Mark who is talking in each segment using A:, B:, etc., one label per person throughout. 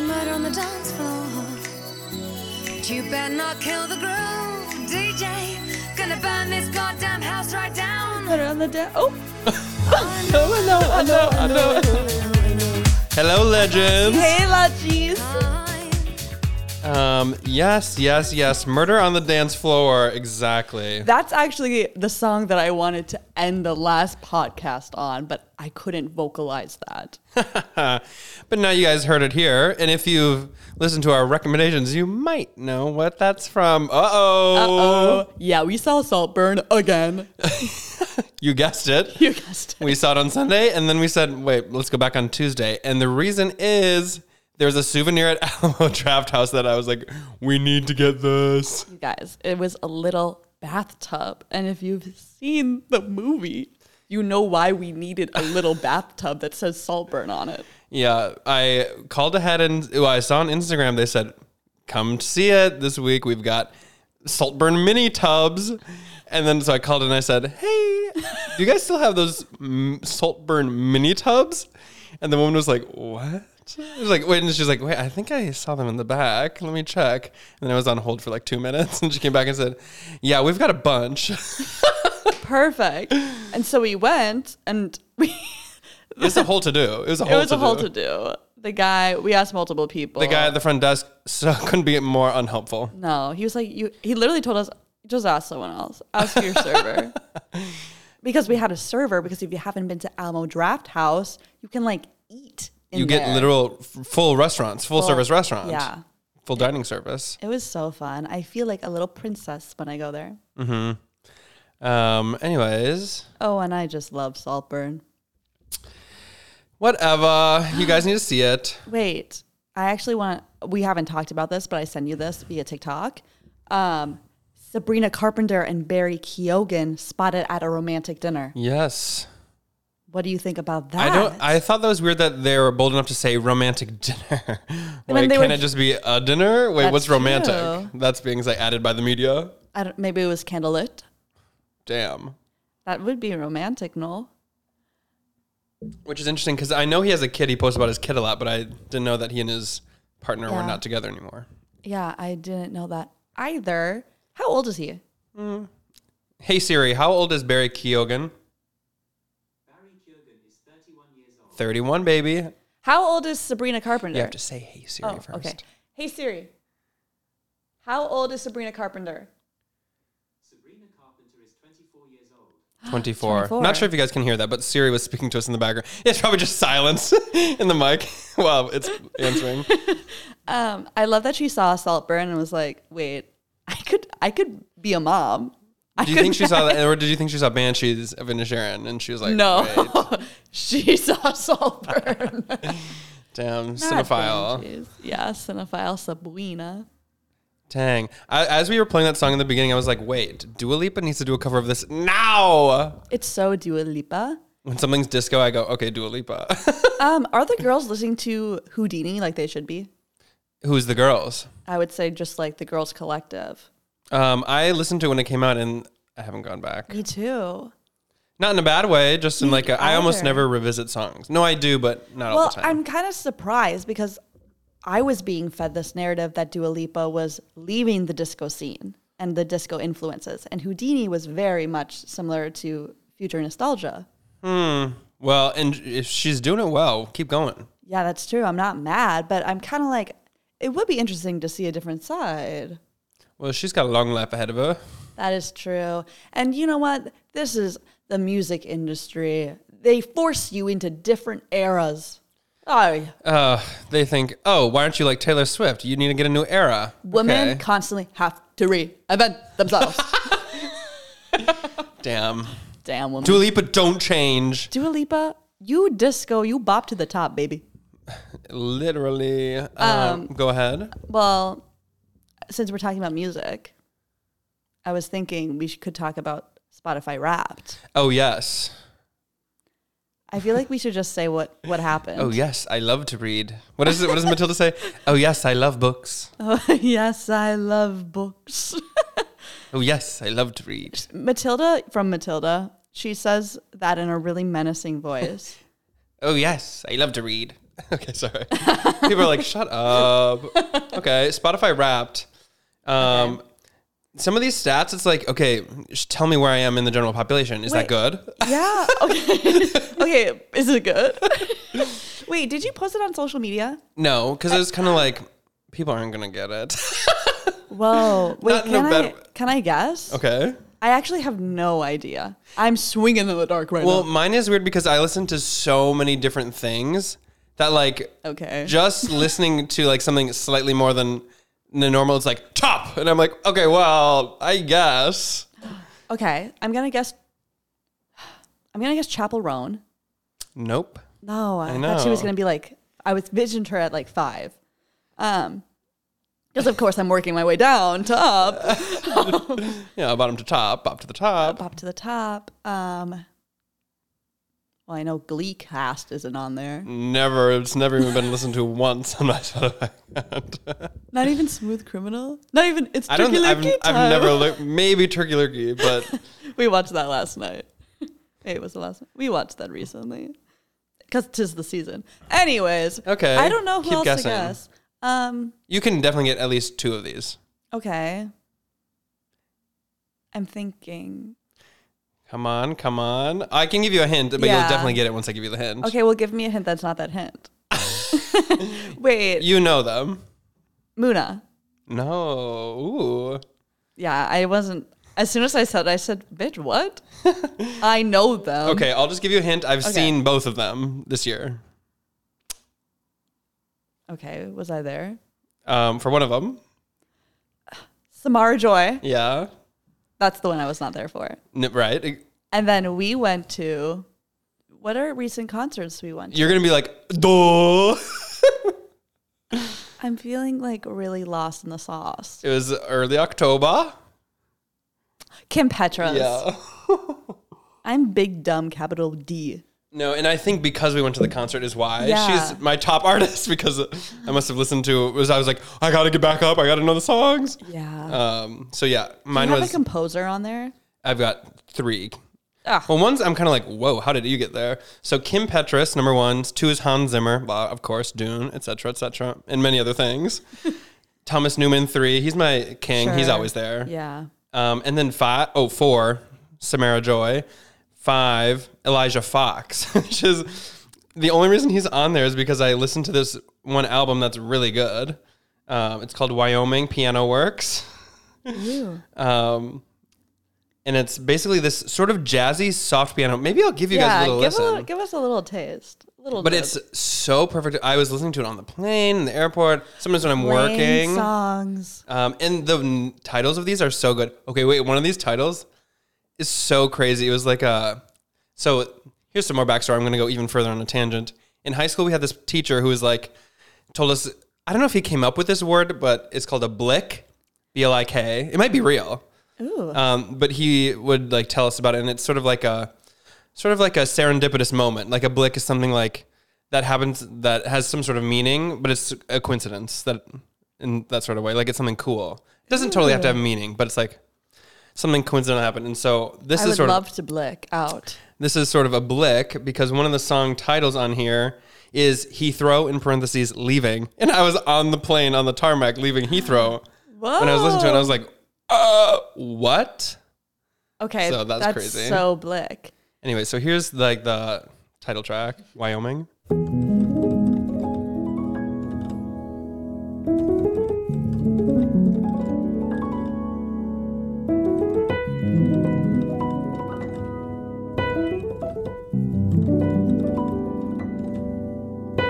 A: murder on the dance floor. But you better not kill the groom, DJ. Gonna burn this goddamn house right down.
B: Put it on the da- oh,
A: no,
B: hello, hello, hello.
C: Hello, legends.
B: Hey, Lodgies.
C: Um, yes, yes, yes. Murder on the dance floor. Exactly.
B: That's actually the song that I wanted to end the last podcast on, but I couldn't vocalize that.
C: But now you guys heard it here, and if you've listened to our recommendations, you might know what that's from. Uh oh.
B: yeah, we saw Saltburn again.
C: You guessed it.
B: You guessed it.
C: We saw it on Sunday, and then we said, wait, let's go back on Tuesday. And the reason is there's a souvenir at Alamo Draft House that I was like, we need to get this.
B: You guys, it was a little bathtub. And if you've seen the movie, you know why we needed a little bathtub that says Saltburn on it.
C: Yeah, I called ahead and well, I saw on Instagram they said, "Come to see it this week. We've got Saltburn mini tubs." And then so I called and I said, "Hey, do you guys still have those mm, Saltburn mini tubs?" And the woman was like, "What?" I was like, "Wait," and she's like, "Wait, I think I saw them in the back. Let me check." And then I was on hold for like two minutes, and she came back and said, "Yeah, we've got a bunch."
B: Perfect. And so we went and we.
C: it's a whole to do. It was a whole.
B: It was
C: to
B: a whole
C: do.
B: to do. The guy, we asked multiple people.
C: The guy at the front desk so couldn't be more unhelpful.
B: No, he was like, you. He literally told us, just ask someone else. Ask your server. Because we had a server. Because if you haven't been to Alamo Draft House, you can like eat. In
C: you get
B: there.
C: literal f- full restaurants, full,
B: Full-
C: service restaurants.
B: yeah.
C: Full dining service.
B: It was so fun. I feel like a little princess when I go there.
C: Um, anyways,
B: Oh, and I just love Saltburn.
C: whatever. You guys need to see it.
B: Wait, I actually want. We haven't talked about this, but I send you this via TikTok. Um, Sabrina Carpenter and Barry Keoghan spotted at a romantic dinner.
C: Yes.
B: What do you think about
C: I
B: that?
C: don't I thought that was weird that they were bold enough to say romantic dinner. Wait,
B: they
C: can
B: were-
C: it just be a dinner? Wait, what's
B: That's
C: romantic?
B: true.
C: That's being like added by the media.
B: I don't. Maybe it was candlelit.
C: Damn.
B: That would be romantic, no?
C: Which is interesting because I know he has a kid. He posts about his kid a lot, but I didn't know that he and his partner were
B: Yeah.
C: not together anymore.
B: Yeah, I didn't know that either. How old is he?
C: Hey Siri, how old is Barry Keoghan? Barry Keoghan is 31 years old. 31, baby.
B: How old is Sabrina Carpenter?
C: You have to say hey Siri
B: oh,
C: first.
B: okay. Hey Siri, how old is Sabrina Carpenter?
C: 24.
B: 24.
C: Not sure if you guys can hear that, but Siri was speaking to us in the background. It's probably just silence in the mic while it's answering.
B: Um, I love that she saw Saltburn and was like, "Wait, I could, I could be a mom." I
C: Do you
B: could
C: think she
B: ma-
C: saw that, or did you think she saw Banshees of Inisherin? And she was like,
B: No,
C: "Wait,
B: she saw Saltburn.
C: damn,
B: Not
C: cinephile.
B: Banshees. yeah, cinephile Sabrina.
C: Dang. I, as we were playing that song in the beginning, I was like, wait, Dua Lipa needs to do a cover of this now.
B: It's so Dua Lipa.
C: When something's disco, I go, okay, Dua Lipa.
B: Um, are the girls listening to Houdini like they should be?
C: Who's the girls?
B: I would say just like the girls collective.
C: Um, I listened to it when it came out, and I haven't gone back.
B: Me too.
C: Not in a bad way, just in like a, I almost
B: either.
C: never revisit songs. No, I do, but not all
B: Well,
C: the time.
B: I'm kind of surprised because I was being fed this narrative that Dua Lipa was leaving the disco scene and the disco influences, and Houdini was very much similar to future nostalgia.
C: Well, and if she's doing it well, keep going.
B: Yeah, that's true. I'm not mad, but I'm kind of like, it would be interesting to see a different side.
C: Well, she's got a long life ahead of her.
B: That is true. And you know what? This is the music industry. They force you into different eras. Oh,
C: Uh, they think, oh, why aren't you like Taylor Swift? You need to get a new era.
B: women
C: Okay.
B: constantly have to reinvent themselves.
C: Damn.
B: Damn woman.
C: Dua Lipa, don't change.
B: Dua Lipa, you disco, you bop to the top, baby.
C: Literally. Um, go ahead.
B: Well, since we're talking about music, I was thinking we sh- could talk about Spotify Wrapped.
C: Oh, yes.
B: I feel like we should just say what what happened.
C: Oh, yes. I love to read. What is it? What does Matilda say? Oh, yes. I love books.
B: Oh, yes, I love books.
C: Oh, yes. I love to read.
B: Matilda from Matilda, she says that in a really menacing voice.
C: Oh, yes. I love to read. Okay, sorry. People are like, shut up. Okay, Spotify Wrapped. Um, Some of these stats, it's like, okay, sh- tell me where I am in the general population. Is
B: Wait.
C: that good?
B: Yeah. Okay. okay. Is it good? Wait, did you post it on social media?
C: No, because it's kind of like people aren't gonna get it.
B: Whoa. Wait,
C: Not in a
B: can, I,
C: bad-
B: can I guess?
C: okay.
B: I actually have no idea. I'm swinging in the dark right
C: Well,
B: now.
C: mine is weird because I listen to so many different things that like
B: Okay.
C: just listening to like something slightly more than the normal it's like top and I'm like, okay, well, I guess.
B: okay. I'm going to guess. I'm going to guess Chapel Roan.
C: Nope.
B: No, I, thought she was
C: know.
B: going to be like, I was visioned her at like five. Um, because of course I'm working my way down to up,
C: Yeah, bottom to top, up to the top.
B: up to the top. Um, well, I know Glee cast isn't on there.
C: Mm. Never, it's never even been listened to once on my Spotify. account.
B: Not even Smooth Criminal. Not even it's
C: I don't.
B: Turkey
C: I've,
B: Lurkey
C: I've
B: time.
C: never looked. Maybe turkey lurkey, but
B: we watched that last night. Wait, it was the last. We watched that recently because tis the season. Anyways,
C: Okay,
B: I don't know who
C: keep
B: else
C: guessing.
B: to guess. Um,
C: you can definitely get at least two of these.
B: okay. I'm thinking.
C: Come on, come on. I can give you a hint, but
B: Yeah.
C: you'll definitely get it once I give you the hint.
B: Okay, well, give me a hint that's not that hint. Wait,
C: You know them.
B: Muna.
C: No. Ooh.
B: Yeah, I wasn't. As soon as I said, I said, "Bitch, what?" I know them.
C: Okay, I'll just give you a hint. I've
B: Okay.
C: seen both of them this year.
B: Okay, was I there?
C: Um, for one of them.
B: Samara Joy.
C: Yeah.
B: That's the one I was not there for.
C: N- right.
B: And then we went to what are recent concerts we went to?
C: You're going to be like, duh.
B: I'm feeling like really lost in the sauce.
C: It was early October.
B: Kim Petras.
C: Yeah.
B: I'm big dumb capital D.
C: No, and I think because we went to the concert is why
B: Yeah.
C: she's my top artist because I must have listened to it was I was like I gotta get back up I gotta know the songs.
B: Yeah.
C: Um, so yeah,
B: I
C: mine
B: have
C: was
B: a composer on there.
C: I've got three.
B: Ah.
C: Well, one's I'm kind of like, whoa, how did you get there? So Kim Petras, number one. Two is Hans Zimmer, blah, of course, Dune, etc., cetera, etc., cetera, and many other things. Thomas Newman, three. He's my king. He's
B: Sure.
C: always there.
B: Yeah.
C: Um, and then five, oh, four, Samara Joy. Five, Elijah Fox, which is the only reason he's on there is because I listened to this one album that's really good. Um, it's called Wyoming Piano Works. Um, and it's basically this sort of jazzy soft piano. Maybe I'll give you guys a
B: yeah.
C: little
B: Give, a
C: listen.
B: little, give us a little taste. A little
C: but
B: bit.
C: it's so perfect. I was listening to it on the plane, in the airport, sometimes when I'm
B: Rain
C: working.
B: songs.
C: Um, and the n- titles of these are so good. Okay, wait, one of these titles is so crazy. It was like a. So here's some more backstory. I'm going to go even further on a tangent. In high school, we had this teacher who was like, told us, I don't know if he came up with this word, but it's called a blick, B L I K. It might be real.
B: Ooh.
C: Um, but he would like tell us about it, and it's sort of like a sort of like a serendipitous moment. Like a blick is something like that happens that has some sort of meaning, but it's a coincidence that in that sort of way. Like it's something cool. It doesn't totally have to have meaning, but it's like something coincidental happened. And so this
B: I
C: is
B: would
C: sort of
B: love to blick out.
C: this is sort of a blick because one of the song titles on here is Heathrow in parentheses leaving. And I was on the plane on the tarmac leaving Heathrow when I was listening to it. And I was like, uh, what?
B: Okay.
C: So that's
B: that's
C: crazy.
B: So blick.
C: Anyway, so here's like the title track, Wyoming.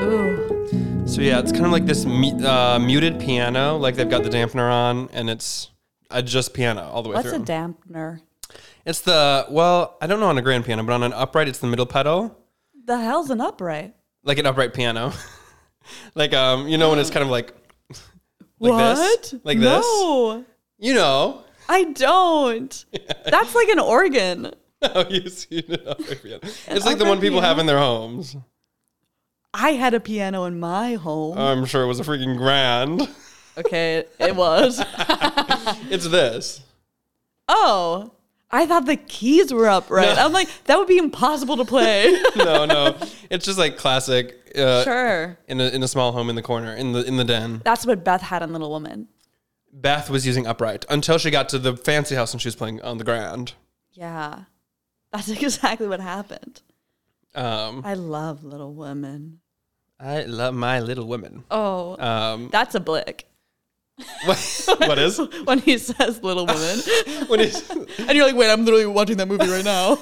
B: Ooh.
C: So yeah, it's kind of like this mu- uh, muted piano, like they've got the dampener on, and it's uh, just piano all the way
B: What's a
C: through.
B: dampener?
C: it's the well, I don't know on a grand piano, but on an upright, it's the middle pedal.
B: The hell's an upright?
C: like an upright piano. like um, you know when it's kind of like like
B: what?
C: this, like this.
B: No.
C: You know.
B: I don't. That's like an organ.
C: Oh, you see an upright piano. It's like the
B: upright
C: one people have
B: piano?
C: in their homes.
B: I had a piano in my home.
C: I'm sure it was a freaking grand.
B: okay, it was.
C: It's this.
B: oh, I thought the keys were upright.
C: No.
B: I'm like, that would be impossible to play.
C: no, no. It's just like classic. Uh,
B: sure.
C: In a, in a small home in the corner, in the in the den.
B: That's what Beth had in Little Woman.
C: Beth was using upright until she got to the fancy house and she was playing on the ground.
B: Yeah. That's exactly what happened.
C: Um,
B: I love Little Women.
C: I love my little women.
B: Oh,
C: Um,
B: that's a blick.
C: what, what is
B: when he says Little Women.
C: what is
B: and you're like, wait, I'm literally watching that movie right now.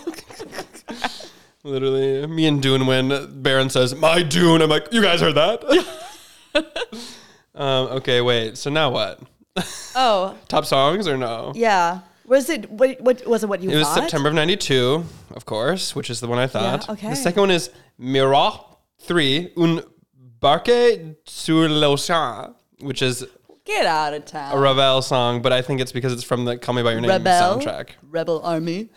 C: literally me and Dune when Baron says my Dune. I'm like, you guys heard that? um, okay, wait. So now what?
B: oh,
C: Top songs or no?
B: yeah. Was it what, what was it what you
C: It was
B: thought?
C: September of '92, of course, which is the one I thought.
B: okay.
C: The second one is Mira Three Un Barque sur l'Océan, which is
B: Get out of
C: a
B: town.
C: Ravel song, but I think it's because it's from the Call Me by Your Name
B: Rebel
C: soundtrack.
B: Rebel Army.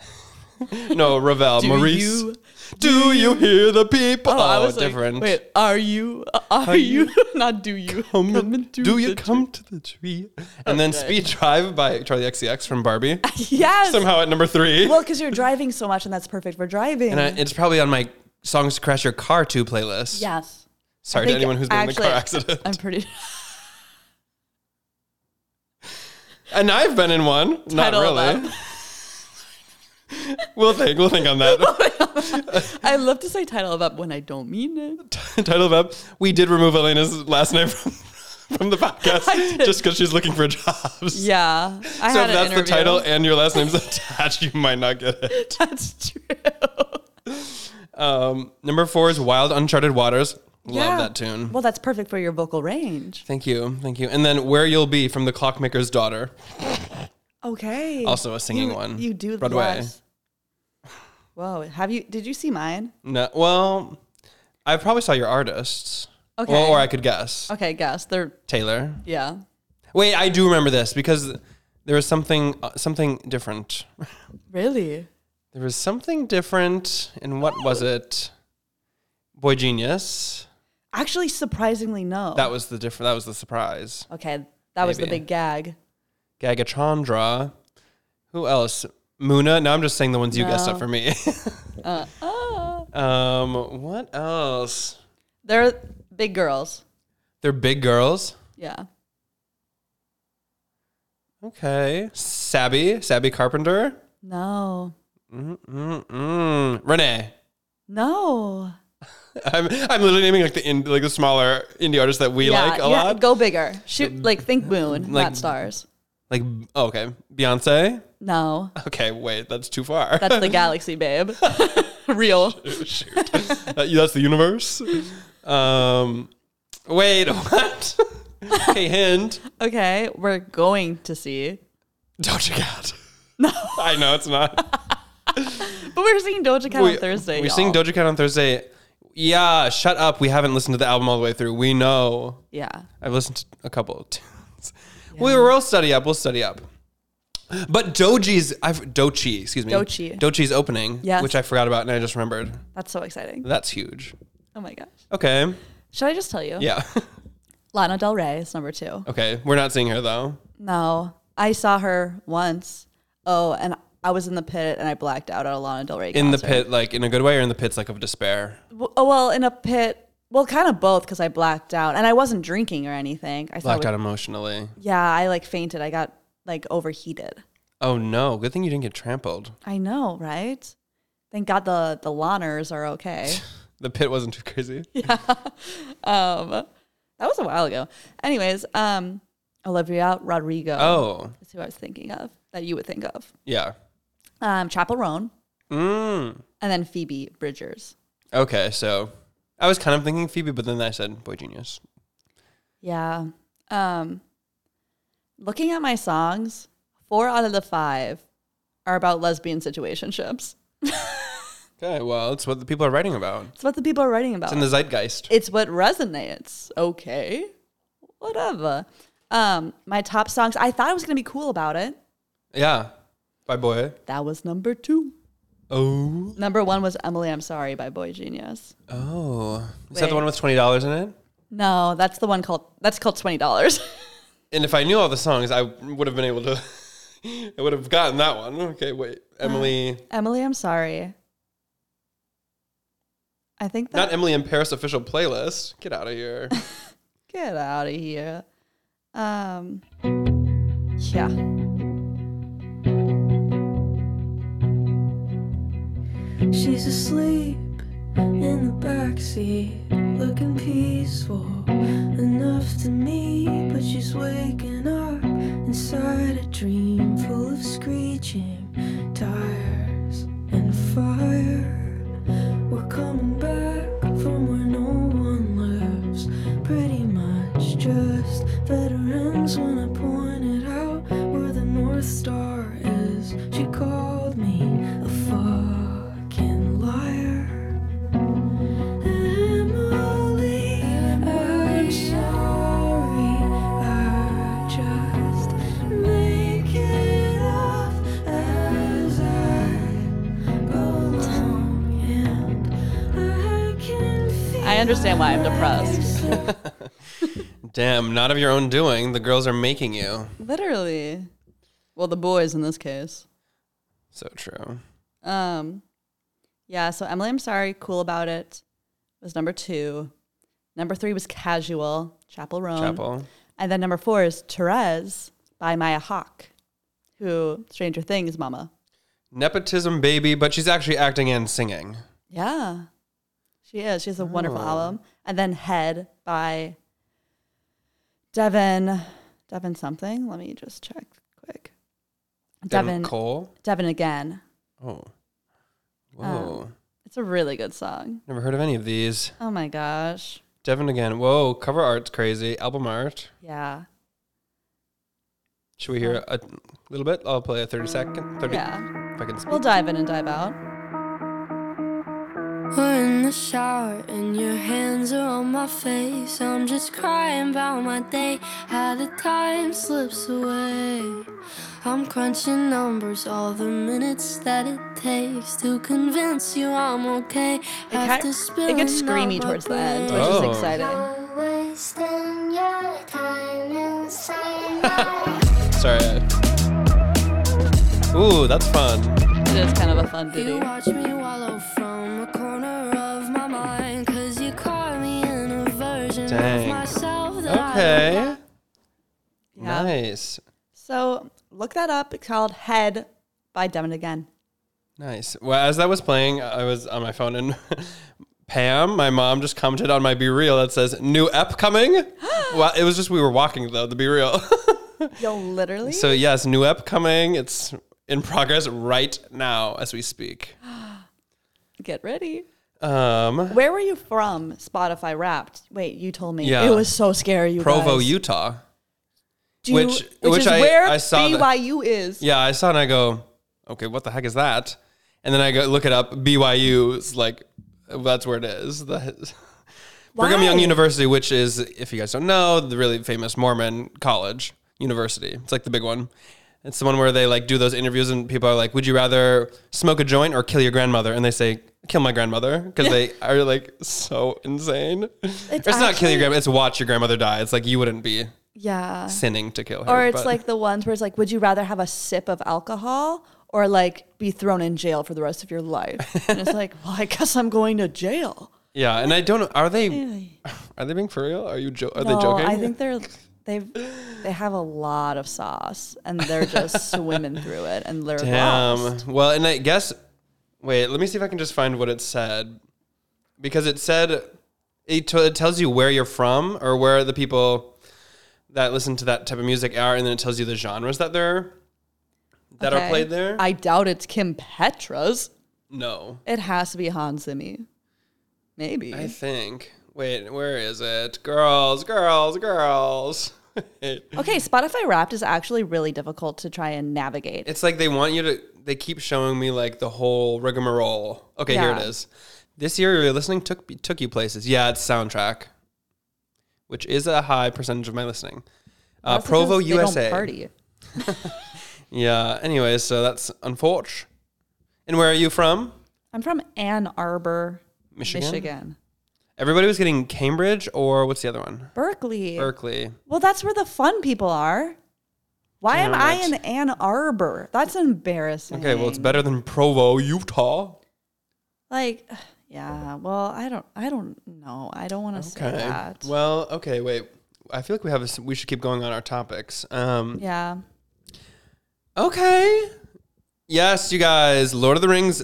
C: No, Ravel,
B: Do
C: Maurice.
B: you-
C: do you hear the people? Oh,
B: like,
C: different.
B: wait, are you? Are, you? Not do you?
C: Come
B: coming to
C: do
B: the
C: you come to the tree? And then Speed Drive by Charlie XCX from Barbie.
B: tree? Yes.
C: Somehow at number three.
B: Well, because you're driving so much, and that's perfect for driving.
C: and I, it's probably on my Songs to Crash Your Car to playlist.
B: yes.
C: Sorry to
B: think
C: anyone who's been
B: actually-
C: in a car accident.
B: I'm pretty.
C: and I've been in one. Not
B: Title
C: really.
B: that.
C: we'll think. We'll think on that.
B: I love to say title of up when I don't mean it.
C: Title of up. We did remove Elena's last name from, from the podcast
B: did.
C: just because she's looking for jobs.
B: Yeah. I
C: So
B: had an
C: if that's the
B: interview.
C: title and your last name's attached, you might not get it.
B: That's true.
C: Um, number four is Wild Uncharted Waters. Love
B: Yeah.
C: that tune.
B: Well, that's perfect for your vocal range.
C: Thank you, thank you. And then Where You'll Be from The Clockmaker's Daughter,
B: Okay.
C: also a singing
B: you,
C: one.
B: You do
C: Broadway.
B: Yes. Whoa, have you? Did you see mine?
C: No, well, I probably saw your artists.
B: Okay.
C: Well, or I could guess
B: Okay, guess they're
C: Taylor.
B: yeah.
C: Wait, I do remember this because there was something uh, something different.
B: Really?
C: There was something different, and what was it? Boy Genius.
B: Actually, surprisingly, no.
C: That was the different. That was the surprise.
B: okay, that was the
C: Maybe.
B: big gag.
C: Gagachandra. Who else? Muna. No, I'm just saying the ones you guessed
B: No.
C: up for me.
B: Uh, oh.
C: um, what else?
B: They're big girls.
C: They're big girls.
B: Yeah.
C: Okay. Sabby. Sabby Carpenter.
B: No.
C: Mm-mm-mm. Renee.
B: No.
C: I'm, I'm literally naming like the in, like the smaller indie artists that we
B: yeah,
C: like a
B: yeah,
C: lot.
B: Go bigger. Shoot, like think moon,
C: like-
B: not stars.
C: like oh, okay, Beyonce.
B: No,
C: Okay, wait, that's too far.
B: that's the galaxy, babe. Real.
C: Shoot. That- that's the universe. Um, wait, what? hey, hint.
B: Okay, we're going to see.
C: Doja Cat. No, I know it's not.
B: But we're seeing Doja Cat on Thursday.
C: We're seeing
B: y'all.
C: Doja Cat on Thursday. Yeah, shut up. We haven't listened to the album all the way through. We know.
B: Yeah.
C: I've listened to a couple of tunes. We will study up. We'll study up. But Doji's, I've Dochi, excuse me,
B: Dochi.
C: Dochi's opening,
B: Yes.
C: which I forgot about and I just remembered.
B: That's so exciting.
C: That's huge.
B: Oh my gosh.
C: Okay,
B: Should I just tell you?
C: yeah,
B: Lana Del Rey is number two.
C: okay. We're not seeing her though.
B: No, I saw her once. Oh, and I was in the pit and I blacked out at a Lana Del Rey
C: In the
B: concert.
C: pit, like in a good way, or in the pits, like of despair.
B: W- oh, well, in a pit. Well, kind of both because I blacked out and I wasn't drinking or anything. I saw
C: Blacked
B: it
C: out
B: with-
C: emotionally.
B: Yeah, I like fainted. I got like overheated.
C: Oh no! Good thing you didn't get trampled.
B: I know, right? Thank God the the Loners are okay.
C: The pit wasn't too crazy.
B: um, that was a while ago. Anyways, um, Olivia Rodrigo.
C: Oh
B: That's who I was thinking of that you would think of.
C: yeah.
B: Um, Chapel Roan
C: Mm.
B: and then Phoebe Bridgers.
C: Okay, so I was kind of thinking Phoebe, but then I said Boy Genius.
B: Yeah. Um, looking at my songs, four out of the five are about lesbian situationships.
C: Okay, well, it's what the people are writing about.
B: It's what the people are writing about.
C: It's in the zeitgeist.
B: it's what resonates. Okay. Whatever. Um, my top songs, I thought I was going to be cool about it.
C: Yeah. Bye, boy.
B: That was number two.
C: Oh.
B: Number one was Emily, I'm Sorry by Boy Genius.
C: Oh. Is that
B: Wait.
C: the one with $20 in it?
B: No, that's the one called, that's called $20.
C: And if I knew all the songs, I would have been able to I would have gotten that one. Okay, wait.
B: Uh-huh.
C: Emily,
B: Emily, I'm sorry. I think that.
C: not Emily in Paris official playlist. Get out of here.
B: Get out of here. Um. Yeah.
D: She's asleep in the backseat, looking peaceful enough to me. But she's waking up inside a dream full of screeching tires and fire. We're coming back from where no one lives, pretty much just veterans. When I pointed out where the North Star is, she called me a fucking liar. Emily, I'm sorry. I just make it up as I go along, and I can feel.
B: I understand why I'm depressed.
C: Damn, not of your own doing. The girls are making you.
B: Literally. Well, the boys in this case.
C: So true.
B: Um, yeah, so Emily, I'm sorry. Cool about it was number two. Number three was Casual, Chapel Roan.
C: Chapel.
B: And then number four is Therese by Maya Hawk, who Stranger Things mama.
C: Nepotism baby, but she's actually acting and singing.
B: Yeah, she is. She has a wonderful
C: Oh.
B: album. And then Head by Devin, Devin something. Let me just check quick. Devin,
C: Devin Cole.
B: Devin again.
C: Oh. Whoa.
B: It's a really good song.
C: Never heard of any of these.
B: Oh my gosh.
C: Devin again. Whoa, cover art's crazy. Album art.
B: Yeah.
C: Should we hear a little bit? I'll play a 30 second. 30
B: Yeah.
C: if I can speak.
B: We'll dive in and dive out.
D: We're in the shower and your hands are on my face. I'm just crying about my day, how the time slips away. I'm crunching numbers, all the minutes that it takes to convince you I'm okay.
B: It,
D: After
B: ki- it gets
D: spilling out
B: screamy
D: my
B: towards the end, which
C: Oh.
B: is exciting.
E: Wasting your time inside my
C: Sorry. I- Ooh, that's fun.
B: It is kind of a fun
D: You
B: ditty.
D: watch me wallow from a corner of my mind, cause you caught me in a version
C: Dang.
D: of myself that I
C: Okay.
D: don't
B: Yeah.
C: Nice.
B: So look that up. It's called Head by Devin Again.
C: Nice. Well, as that was playing, I was on my phone and Pam, my mom, just commented on my Be Real that says, new ep coming. well, it was just we were walking though, the Be Real.
B: Yo, literally?
C: so, yes, new ep coming. It's in progress right now as we speak.
B: Get ready.
C: Um,
B: Where were you from, Spotify Wrapped? Wait, you told me.
C: Yeah.
B: It was so scary, you
C: Provo,
B: guys.
C: Utah.
B: Do-
C: which- which
B: is
C: I-
B: where
C: I saw that-
B: BYU is.
C: Yeah, I saw it and I go, okay, what the heck is that? And then I go look it up. BYU's like, that's where it is. That is- Brigham Young
B: Why?
C: University, which is, if you guys don't know, the really famous Mormon college university. It's like the big one. It's the one where they like do those interviews and people are like, would you rather smoke a joint or kill your grandmother? And they say, kill my grandmother because they are like so insane. It's, not kill
B: actually-
C: your grandmother, it's watch your grandmother die. It's like you wouldn't be
B: Yeah.
C: sinning to kill her.
B: Or it's
C: but-
B: like the ones where it's like, would you rather have a sip of alcohol or like be thrown in jail for the rest of your life? and it's like, well, I guess I'm going to jail.
C: Yeah, and I don't know. Are they are they being for real? Are you jo- are they joking?
B: I think they're they've they have a lot of sauce and they're just swimming through it and they're lost.
C: Damn. Well, and I guess wait. Let me see if I can just find what it said because it said it, t- it tells you where you're from or where the people that listen to that type of music are, and then it tells you the genres that they're that
B: Okay.
C: are played there.
B: I doubt it's Kim Petras.
C: no,
B: It has to be Hans Zimmy. Maybe.
C: I think. Wait, where is it? Girls, girls, girls.
B: okay, Spotify Wrapped is actually really difficult to try and navigate.
C: It's like they want you to. They keep showing me like the whole rigmarole. Okay, here
B: Yeah.
C: it is. This year you're listening took took you places. Yeah, it's soundtrack, which is a high percentage of my listening. Uh,
B: That's
C: Provo,
B: because they don't
C: USA.
B: party.
C: Yeah. Anyway, so that's unfortunate. And where are you from?
B: I'm from Ann Arbor,
C: Michigan?
B: Michigan.
C: Everybody was getting Cambridge or what's the other one?
B: Berkeley.
C: Berkeley.
B: well, that's where the fun people are. Why am I
C: right.
B: in Ann Arbor? That's embarrassing.
C: Okay, well, it's better than Provo, Utah.
B: Like, yeah. Well, I don't. I don't know. I don't want to say
C: Okay.
B: that.
C: Well, okay, wait. I feel like we have a, s- we should keep going on our topics. Um,
B: yeah.
C: Okay. Yes, you guys, Lord of the Rings,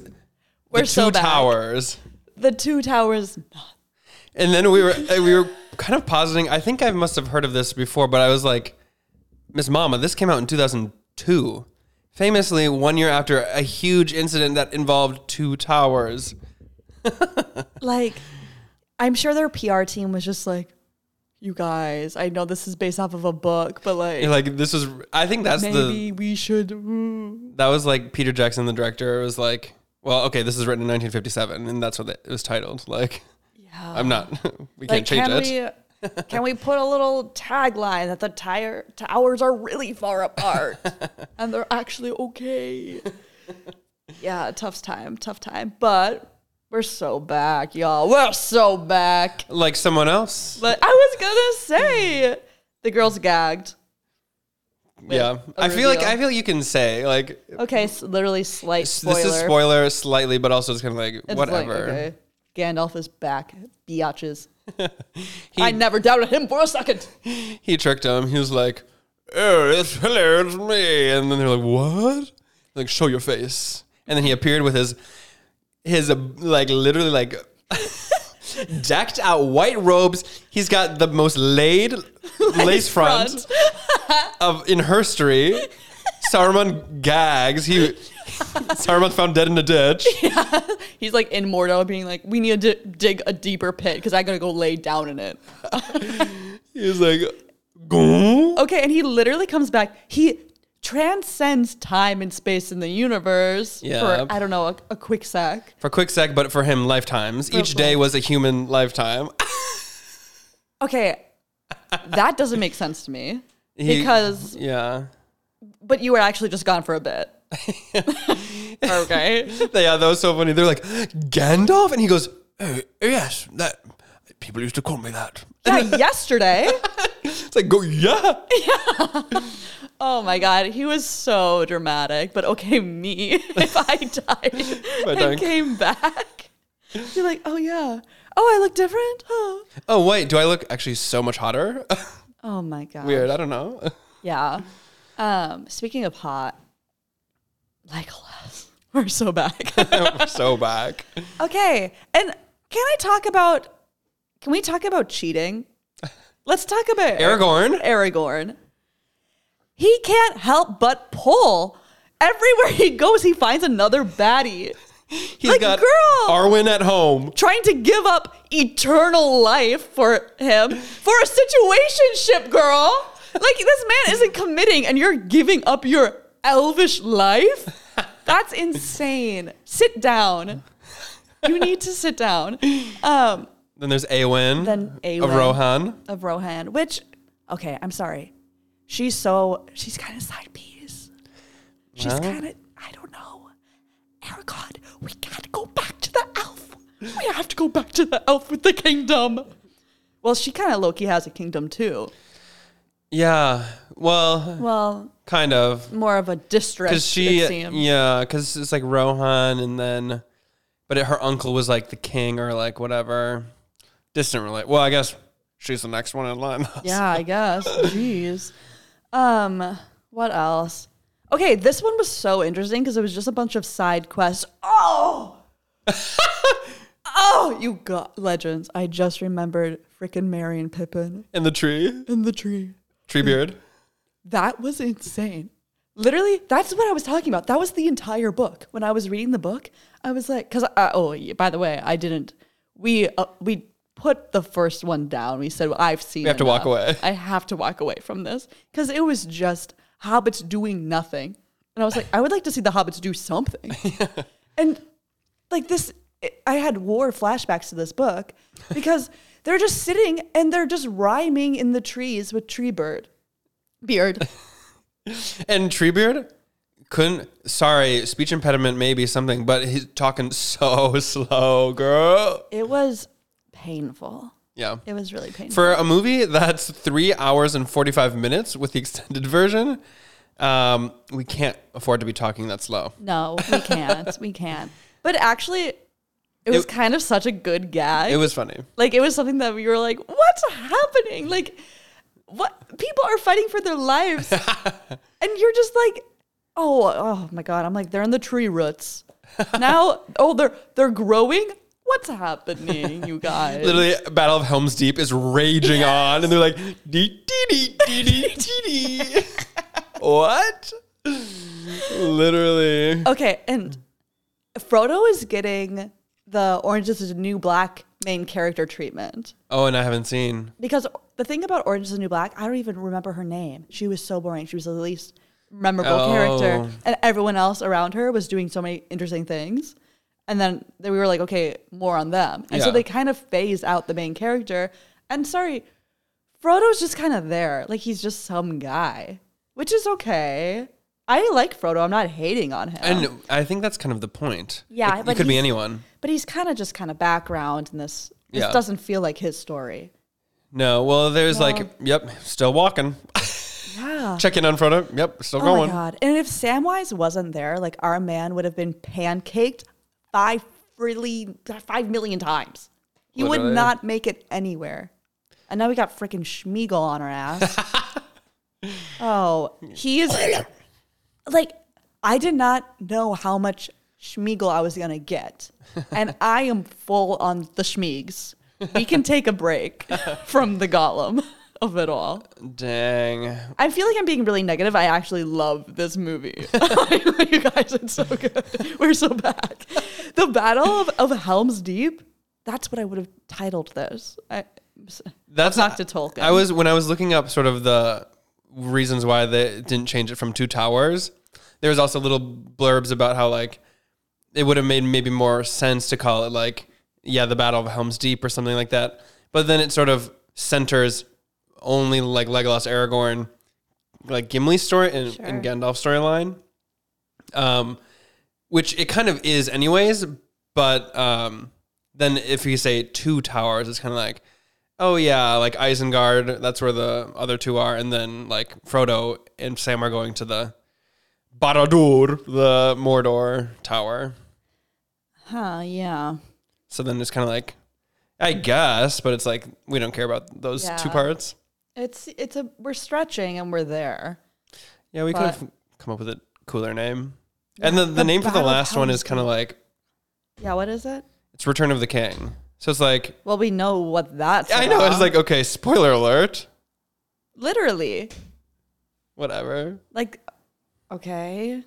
B: We're
C: the
B: so
C: two
B: back.
C: towers.
B: The two towers.
C: And then we were uh, we were kind of positing. I think I must have heard of this before, but I was like, Miss Mama, this came out in 2002, famously one year after a huge incident that involved two towers.
B: Like, I'm sure their PR team was just like, you guys. I know this is based off of a book, but like,
C: And, like this was, I think that's
B: maybe we should. mm. ooh.
C: the that was like Peter Jackson, the director, was like, well, okay, this is written in 1957, and that's what it was titled. Like,
B: Yeah.
C: I'm not, we
B: Like,
C: can't change
B: can
C: it.
B: we? uh, Can we put a little tagline that the tire towers are really far apart and they're actually okay? yeah, tough time, tough time, but we're so back, y'all. We're so back.
C: Like someone else.
B: But I was gonna say the girls gagged.
C: yeah,
B: a
C: I feel like
B: reveal.
C: I feel you can say like
B: Okay, so literally slight
C: s-
B: spoiler.
C: this is spoiler slightly, but also it's kind of like
B: It's like,
C: whatever.
B: okay, Gandalf is back, biatches.
C: He-
B: I never doubted him for a second.
C: he tricked him. He was like, "Oh, it's hello, it's me," and then they're like, "What?" Like, show your face. And then he appeared with his his uh, like literally like decked out white robes. He's got the most laid lace front, of in history. Saruman gags. He Saruman found dead in a ditch.
B: He's like in Mordor being like, we need to di- dig a deeper pit because I gotta go lay down in it.
C: He's like, "Gong."
B: Okay, and he literally comes back. He transcends time and space in the universe
C: Yeah.
B: for, I don't know, a, a quick sec.
C: for quick sec, but for him, lifetimes. Each
B: For-
C: day was a human lifetime.
B: Okay, that doesn't make sense to me
C: He-
B: because,
C: yeah.
B: but you were actually just gone for a bit. okay.
C: Yeah, that was so funny. They're like, Gandalf? And he goes, "Oh, yes, that people used to call me that.
B: Yeah, yesterday.
C: It's like, go, yeah.
B: Oh my god, he was so dramatic. But okay, me, if I died
C: I
B: and
C: died.
B: came back, you're like, oh yeah, oh I look different. Oh,
C: Oh, wait, do I look actually so much hotter?
B: oh my god,
C: Weird, I don't know.
B: Yeah. Um, speaking of hot, Legolas, we're so back.
C: We're so back.
B: okay, and can I talk about? Can we talk about cheating? Let's talk about
C: Aragorn.
B: Aragorn. He can't help but pull. Everywhere he goes, he finds another baddie.
C: He's
B: Like,
C: got
B: girl.
C: Arwen at home.
B: Trying to give up eternal life for him for a situationship, girl. Like this man isn't committing and you're giving up your elvish life? That's insane. Sit down. You need to sit down. Um
C: Then there's Awen.
B: Then
C: Of
B: Eowyn.
C: Rohan.
B: of Rohan, which okay, I'm sorry. She's so she's kind of side piece. She's
C: Well.
B: kind of I don't know. Aragorn, we can't go back to the elf. We have to go back to the elf with the kingdom. Well, she kind of Loki has a kingdom too.
C: Yeah, well,
B: Well,
C: kind of.
B: more of a distress.
C: Because she,
B: it seems.
C: yeah, because it's like Rohan and then, but it, her uncle was like the king or like whatever. Distant relate. Well, I guess she's the next one in line.
B: Yeah, I guess. Jeez. Um, what else? Okay, this one was so interesting because it was just a bunch of side quests. Oh, oh, you got legends. I just remembered frickin' Mary and Pippin
C: in the tree.
B: in the tree.
C: Tree beard.
B: That was insane. Literally, that's what I was talking about. That was the entire book. When I was reading the book, I was like, because uh, oh, yeah, by the way, I didn't. We uh, we put the first one down. We said, well, I've seen. We
C: have to walk away.
B: I have to walk away from this because it was just hobbits doing nothing, and I was like, I would like to see the hobbits do something. And like this, I had war flashbacks to this book because they're just sitting and they're just rhyming in the trees with tree bird. Beard.
C: And tree beard couldn't. Sorry, speech impediment may be something, but he's talking so slow, girl.
B: It was painful.
C: Yeah.
B: It was really painful.
C: For a movie that's three hours and forty-five minutes with the extended version, Um, we can't afford to be talking that slow.
B: No, we can't. we can't. But actually, it was kind of such a good gag.
C: It was funny.
B: like it was something that we were like, "What's happening?" Like, what people are fighting for their lives, and you're just like, "Oh, oh my god!" I'm like, "They're in the tree roots now. oh, they're they're growing. What's happening, you guys?"
C: Literally, Battle of Helm's Deep is raging on, and they're like, dee dee dee dee dee dee. What? Literally.
B: Okay, and Frodo is getting the Orange is the New Black main character treatment.
C: Oh, and I haven't seen.
B: Because the thing about Orange is the New Black, I don't even remember her name. She was so boring. She was the least memorable
C: Oh.
B: character. And everyone else around her was doing so many interesting things. And then they- we were like, okay, more on them. And so
C: Yeah.
B: they kind of phase out the main character. And sorry, Frodo's just kind of there. Like he's just some guy, which is okay. I like Frodo. I'm not hating on him.
C: And I think that's kind of the point.
B: Yeah,
C: Like, it
B: but
C: could be
B: he's-
C: anyone.
B: But he's kind of just kind of background in this. This
C: Yeah.
B: doesn't feel like his story.
C: No, well, there's like, yep, still walking.
B: Yeah.
C: Check in on Frodo. Yep, still
B: Oh my
C: going.
B: god! And if Samwise wasn't there, like our man would have been pancaked five really five million times. He
C: Literally.
B: would not make it anywhere. And now we got freaking Schmeagle on our ass. oh, he is like I did not know how much Schmeagle I was gonna get, and I am full on the Schmeegs. We can take a break from the Gollum of it all.
C: Dang.
B: I feel like I'm being really negative. I actually love this movie. you guys, it's so good. We're so back. The Battle of, of Helm's Deep. That's what I would have titled this. I,
C: That's
B: Back to Tolkien.
C: I was when I was looking up sort of the reasons why they didn't change it from two towers. There was also little blurbs about how like it would have made maybe more sense to call it like yeah the Battle of Helm's Deep or something like that. But then it sort of centers only like Legolas, Aragorn, like Gimli's story and, and Gandalf's storyline, um, which it kind of is anyways. But um, then if you say two towers, it's kind of like oh yeah, like Isengard, that's where the other two are, and then like Frodo and Sam are going to the Barad-dûr, the Mordor tower.
B: huh, yeah.
C: So then it's kind of like, I guess, but it's like we don't care about those two
B: Yeah.
C: parts.
B: It's it's a we're stretching and we're there.
C: Yeah, we could
B: But-
C: have come up with a cooler name. and the, the, name for the
B: Battle of
C: last one
B: Helm's
C: is kind of like
B: Yeah, what is it?
C: it's Return of the King. So it's like
B: Well, we know what that's.
C: I know it's
B: about.
C: like okay, spoiler alert,
B: literally
C: whatever.
B: like okay,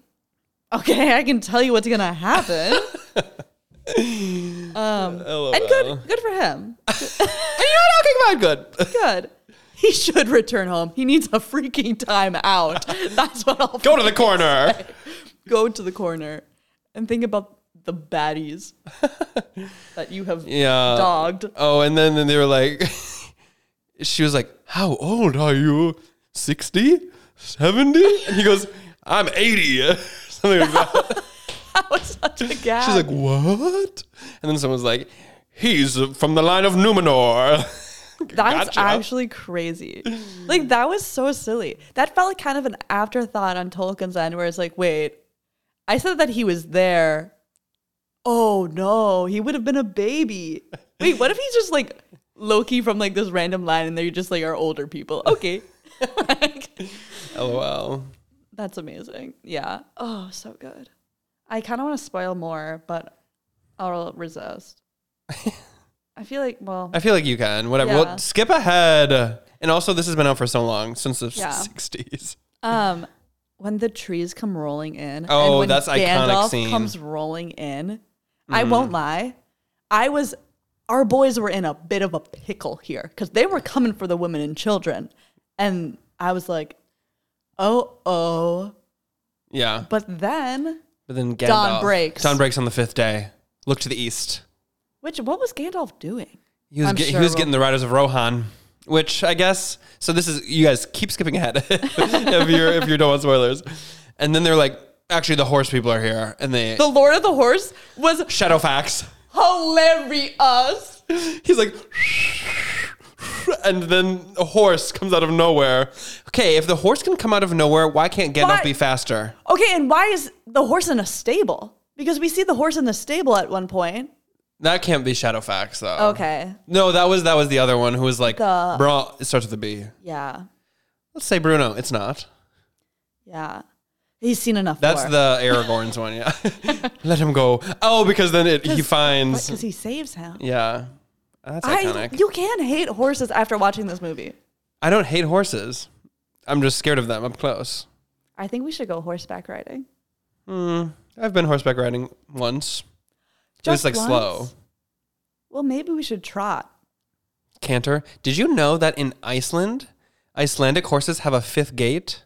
B: okay. I can tell you what's gonna happen. um,
C: LOL.
B: and good, good for him.
C: And you're not talking about good.
B: good. He should return home. He needs a freaking time out. That's what I'll
C: Go to the corner.
B: go to the corner and think about the baddies that you have
C: Yeah.
B: dogged.
C: Oh, and then, then they were like, she was like, How old are you? 60? 70? And he goes, I'm 80. Something like that.
B: That was such a gag.
C: She's like, What? And then someone's like, He's from the line of Numenor.
B: That's
C: "Gotcha."
B: actually crazy. Like that was so silly. That felt like kind of an afterthought on Tolkien's end, where it's like, wait, I said that he was there. Oh no, he would have been a baby. Wait, what if he's just like Loki from like this random line, and they're just like our older people? Okay, Like,
C: LOL.
B: that's amazing. Yeah. Oh, so good. I kind of want to spoil more, but I'll resist. I feel like well,
C: I feel like you can. Whatever. Well,
B: Yeah.
C: skip ahead. And also, this has been out for so long since the
B: Yeah.
C: 60s.
B: Um, when the trees come rolling in.
C: Oh,
B: and when
C: that's iconic
B: Gandalf
C: scene. Mm-hmm.
B: comes rolling in. I won't lie, I was. Our boys were in a bit of a pickle here because they were coming for the women and children, and I was like, "Oh, oh!"
C: Yeah.
B: But then,
C: But then Gandalf.
B: breaks.
C: Dawn breaks on the fifth day. Look to the east.
B: which what was Gandalf doing?
C: He was,
B: I'm
C: get-
B: sure
C: he was
B: we'll-
C: getting the Riders of Rohan, which I guess. So this is you guys keep skipping ahead if you're if you don't want spoilers, and then they're like, actually the horse people are here, and they
B: The Lord of the Horse was
C: Shadowfax.
B: hilarious.
C: He's like, and then a horse comes out of nowhere. Okay, if the horse can come out of nowhere, why can't Gandalf
B: Why-
C: be faster?
B: Okay, and why is the horse in a stable? Because we see the horse in the stable at one point.
C: That can't be Shadowfax though.
B: Okay.
C: No, that was that was the other one who was like
B: The-
C: Bra it starts with a B.
B: Yeah.
C: Let's say Bruno. It's not.
B: Yeah. He's seen enough.
C: That's the Aragorn's one, yeah. Let him go. Oh, because then it, he finds
B: because he saves him.
C: Yeah. That's
B: I,
C: iconic.
B: you can hate horses after watching this movie.
C: I don't hate horses. I'm just scared of them up close.
B: I think we should go horseback riding.
C: I've been horseback riding once.
B: Just
C: it was like
B: once?
C: slow.
B: Well, maybe we should trot.
C: Cantor, did you know that in Iceland, Icelandic horses have a fifth gate?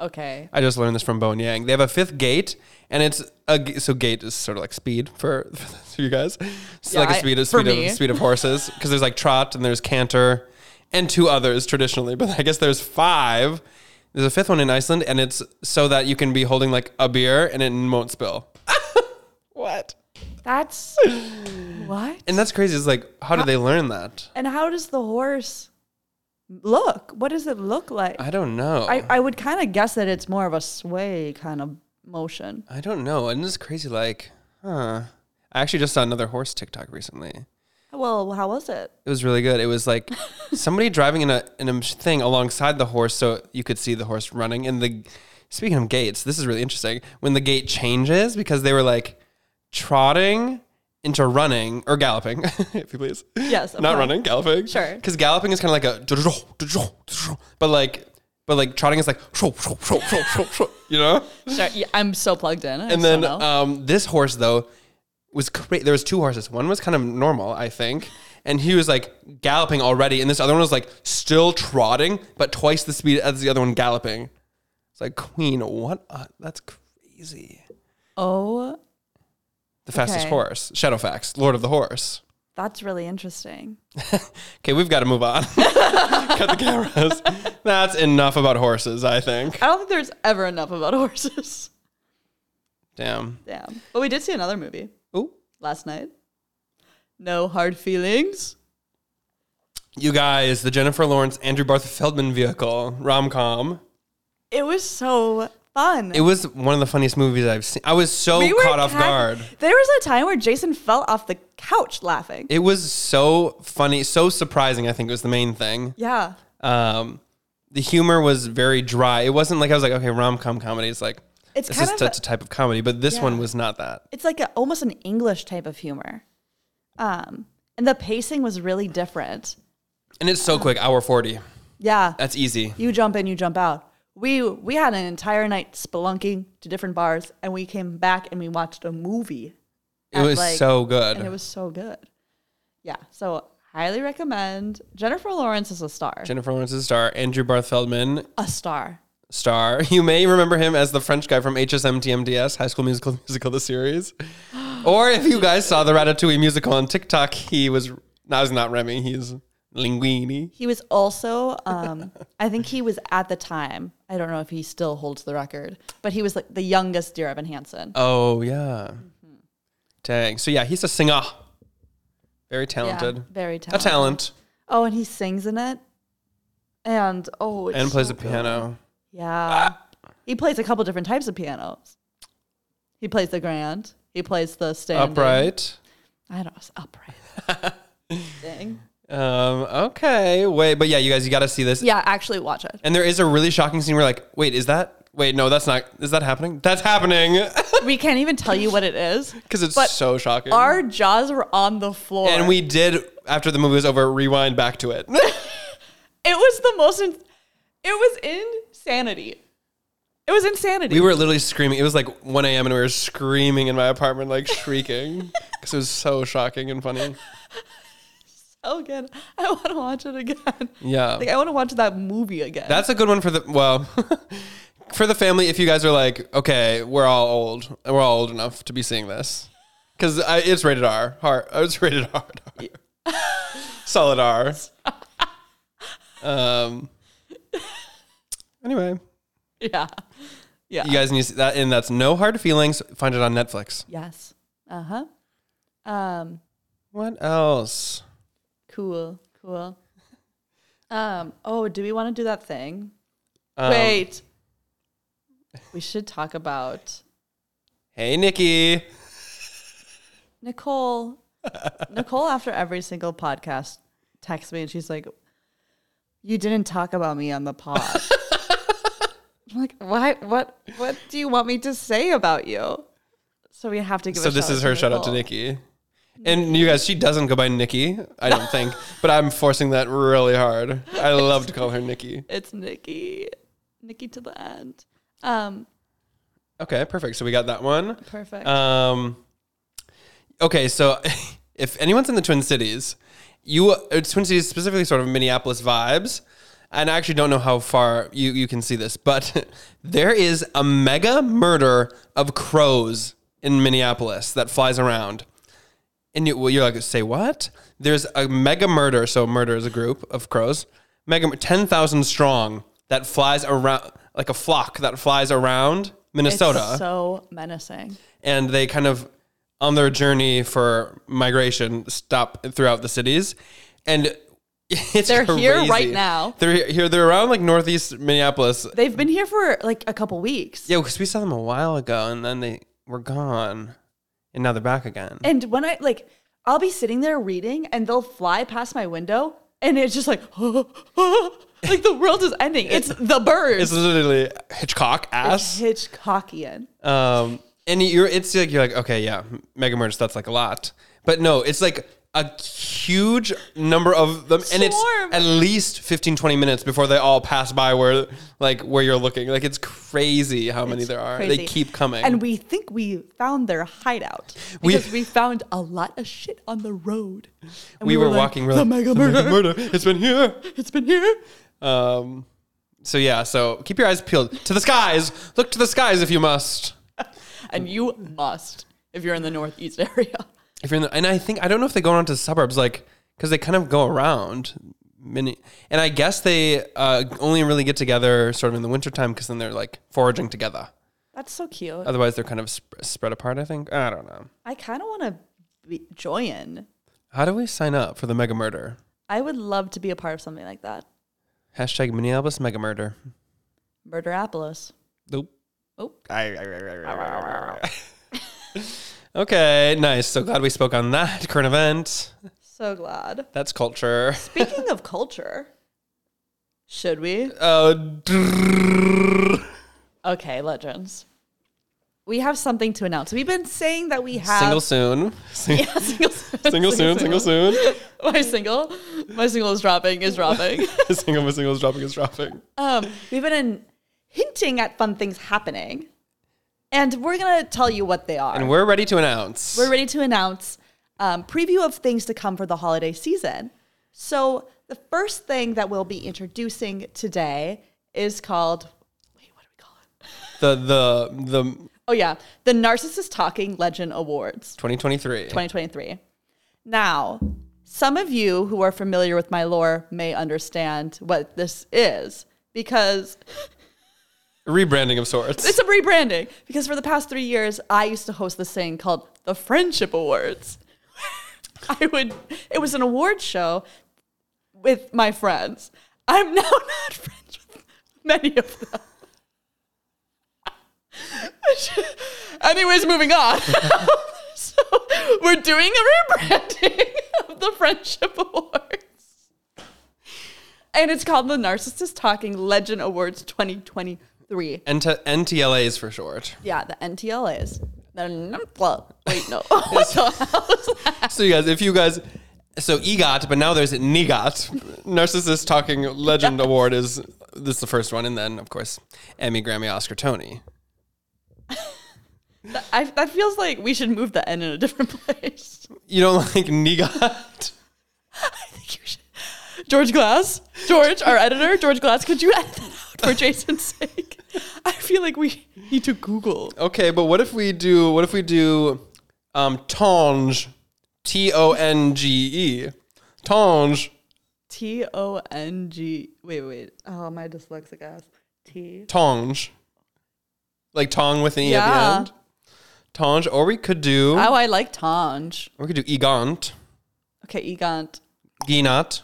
B: Okay.
C: I just learned this from Bone Yang. They have a fifth gate, and it's a g- so gate is sort of like speed for, for you guys. It's
B: Yeah,
C: like a
B: I-
C: speed of
B: for
C: speed
B: me.
C: of speed of horses because there's like trot and there's canter and two others traditionally, but I guess there's five. There's a fifth one in Iceland, and it's so that you can be holding like a beer and it won't spill. what?
B: That's what?
C: And that's crazy. It's like, how did they learn that?
B: And how does the horse look? What does it look like?
C: I don't know.
B: I, I would kind of guess that it's more of a sway kind of motion.
C: I don't know. And it's crazy. Like, huh? I actually just saw another horse TikTok recently.
B: Well, how was it?
C: It was really good. It was like somebody driving in a in a thing alongside the horse, so you could see the horse running. And the speaking of gates, this is really interesting. When the gate changes, because they were like trotting into running or galloping, if you please.
B: Yes, of
C: not
B: course.
C: running, galloping.
B: Sure.
C: Because galloping is kind of like a but like but like trotting is like you know
B: Sure, yeah, I'm so plugged in. I
C: and
B: still
C: then
B: know.
C: um, this horse though was cra- there was two horses. One was kind of normal, I think, and he was like galloping already, and this other one was like still trotting, but twice the speed as the other one galloping. It's like Queen, what? A- that's crazy.
B: oh,
C: The fastest
B: Okay.
C: horse, Shadowfax, Lord of the Horse.
B: that's really interesting.
C: Okay, we've got to move on. Cut the cameras. That's enough about horses, I think.
B: I don't think there's ever enough about horses.
C: Damn.
B: Damn. But we did see another movie
C: Ooh.
B: last night. No hard feelings.
C: You guys, the Jennifer Lawrence, Andrew Barth Feldman vehicle, rom com.
B: It was so fun.
C: It was one of the funniest movies I've seen. I was so
B: We were
C: caught off
B: cack-
C: guard.
B: There was a time where Jason fell off the couch laughing.
C: It was so funny, so surprising. I think was the main thing.
B: yeah.
C: Um, the humor was very dry. It wasn't like I was like, okay, rom com comedy is like
B: It's
C: this
B: kind
C: is
B: of
C: such
B: a-
C: a type of comedy, but this one
B: Yeah.
C: was not that.
B: It's like a, almost an English type of humor. Um, and the pacing was really different.
C: And it's so quick, hour forty.
B: Yeah.
C: That's easy.
B: you jump in, you jump out. We we had an entire night spelunking to different bars, and we came back and we watched a movie.
C: It
B: at,
C: was
B: like-
C: so good.
B: and it was so good. Yeah, so highly recommend. Jennifer Lawrence is a star.
C: Jennifer Lawrence is a star. Andrew Barth Feldman
B: a star.
C: star. You may remember him as the French guy from HSMTMDS, High School Musical Musical the series. Or if you guys saw the Ratatouille musical on TikTok, he was no, he's not Remy, he's Linguini.
B: He was also, um, I think he was at the time. I don't know if he still holds the record, but he was like the youngest Dear Evan Hansen.
C: Oh yeah.
B: Mm-hmm.
C: Dang. So yeah, he's a singer. Very
B: Yeah,
C: talented.
B: very
C: a
B: talented.
C: talent.
B: Oh, and he sings in it, and oh, it's
C: And plays
B: so
C: the piano.
B: good. Yeah, he plays a couple different types of pianos. He plays the grand. He plays the standing.
C: Upright.
B: I don't. It's upright. Thing.
C: Um, okay. Wait, but yeah, you guys you gotta see this.
B: Yeah, actually watch it.
C: And there is a really shocking scene where like, wait, is that wait, no, that's not is that happening? That's happening.
B: We can't even tell you what it is.
C: Because it's
B: But
C: so shocking.
B: Our jaws were on the floor.
C: And we did after the movie was over rewind back to it.
B: It was the most. In- it was insanity. It was insanity.
C: we were literally screaming. It was like 1 a.m. and we were screaming in my apartment, like shrieking, because it was so shocking and funny.
B: so good. Oh, I want to watch it again.
C: Yeah,
B: Like I want to watch that movie again.
C: that's a good one for the well, for the family. If you guys are like, okay, we're all old, we're all old enough to be seeing this, because it's rated R. Hard. It's rated hard. Solid R. um. Anyway.
B: yeah. Yeah.
C: You guys need to see that, and that's no hard feelings. Find it on Netflix.
B: Yes. Uh huh. Um.
C: What else?
B: Cool. Cool. Um, oh, do we want to do that thing?
C: Um,
B: Wait. We should talk about
C: Hey, Nikki.
B: Nicole. Nicole, after every single podcast, texts me and she's like, You didn't talk about me on the pod. I'm like, why what what do you want me to say about you? So we have to give
C: So
B: a
C: this
B: shout
C: is her shout out to Nikki. And you guys, she doesn't go by Nikki, I don't think, but I'm forcing that really hard. I love to call her Nikki.
B: It's Nikki. Nikki to the end. Um,
C: Okay, perfect. So we got that one.
B: perfect.
C: Um, okay, so if anyone's in the Twin Cities, you uh, Twin Cities specifically sort of Minneapolis vibes, and I actually don't know how far you you can see this, but there is a mega murder of crows in Minneapolis that flies around. And you, well, you're like, say what? There's a mega murder. So murder is a group of crows, mega ten thousand strong that flies around like a flock that flies around Minnesota
B: It's so menacing.
C: and they kind of on their journey for migration stop throughout the cities and it's
B: They're here
C: crazy.
B: right now.
C: they're here they're around like northeast minneapolis
B: They've been here for like a couple weeks.
C: yeah because we saw them a while ago and then they were gone and now they're back again
B: And when I like, I'll be sitting there reading and they'll fly past my window and it's just like, like the world is ending. It's the birds.
C: it's literally hitchcock ass
B: Hitchcockian.
C: Um, and you're, it's like you're like, okay, yeah, mega murders. That's like a lot, but no, it's like a huge number of them, and it's
B: Swarm.
C: at least 15, 20 minutes before they all pass by where, like, where you're looking. Like, it's crazy how many there are. They
B: Crazy.
C: keep coming.
B: And we think we found their hideout
C: We-
B: because we, found a lot of shit on the road. And
C: we, were,
B: like,
C: walking really.
B: the mega murder.
C: murder. It's been here.
B: It's been here.
C: Um, so yeah, so keep your eyes peeled to the skies. Look to the skies if you must.
B: And you must if you're in the Northeast area.
C: if you're in the, and I think I don't know if they go on to suburbs like because they kind of go around many and I guess they uh, only really get together sort of in the wintertime because then they're like foraging together
B: That's so cute.
C: otherwise they're kind of sp- spread apart I think I don't know
B: I kind of want to be join.
C: how do we sign up for the mega murder
B: I would love to be a part of something like that.
C: hashtag Minneapolis mega murder
B: Murderapolis.
C: nope
B: Oh.
C: okay nice so glad we spoke on that current event
B: So glad.
C: that's culture
B: Speaking of culture, should we?
C: uh,
B: Okay, legends. We have something to announce. We've been saying that we have
C: single soon
B: Yeah, single,
C: single soon single soon
B: My single, my single is dropping. Is dropping.
C: single my single is dropping is dropping.
B: um, we've been in, hinting at fun things happening, and we're gonna tell you what they are.
C: And we're ready to announce.
B: we're ready to announce um, preview of things to come for the holiday season. So the first thing that we'll be introducing today is called wait, what do we call it?
C: the the the
B: Oh yeah, the Narcissist Talking Legend Awards
C: 2023.
B: 2023. Now, some of you who are familiar with my lore may understand what this is because
C: Rebranding of sorts.
B: it's a rebranding. Because for the past three years, I used to host this thing called the Friendship Awards. I would. It was an award show with my friends. I'm now not friends with many of them. Anyways, moving on. so we're doing a rebranding of the Friendship Awards. And it's called the Narcissist Talking Legend Awards 2023.
C: Nt- NTLAs for short.
B: Yeah, the NTLAs. The NTLA. Wait, no. What the hell is that?
C: So you guys, if you guys, so E EGOT, but now there's E NEGOT. Narcissist Talking Legend Award is this is the first one, and then of course Emmy, Grammy, Oscar, Tony.
B: I, that feels like we should move the N in a different place.
C: You don't like E NEGOT?
B: I think you should. George Glass, George, our editor, George Glass, could you edit that out for Jason's sake? I feel like we need to Google.
C: Okay, but what if we do? What if we do? Um, Tonge, T O N G E, Tonge.
B: T O N G. Wait, wait. Oh, my dyslexic ass. T.
C: Tonge. Like tong with an E
B: Yeah.
C: at the end. Tonge. Or we could do
B: Oh, I like Tanj.
C: or we could do Egont.
B: Okay, Egont.
C: Ginot.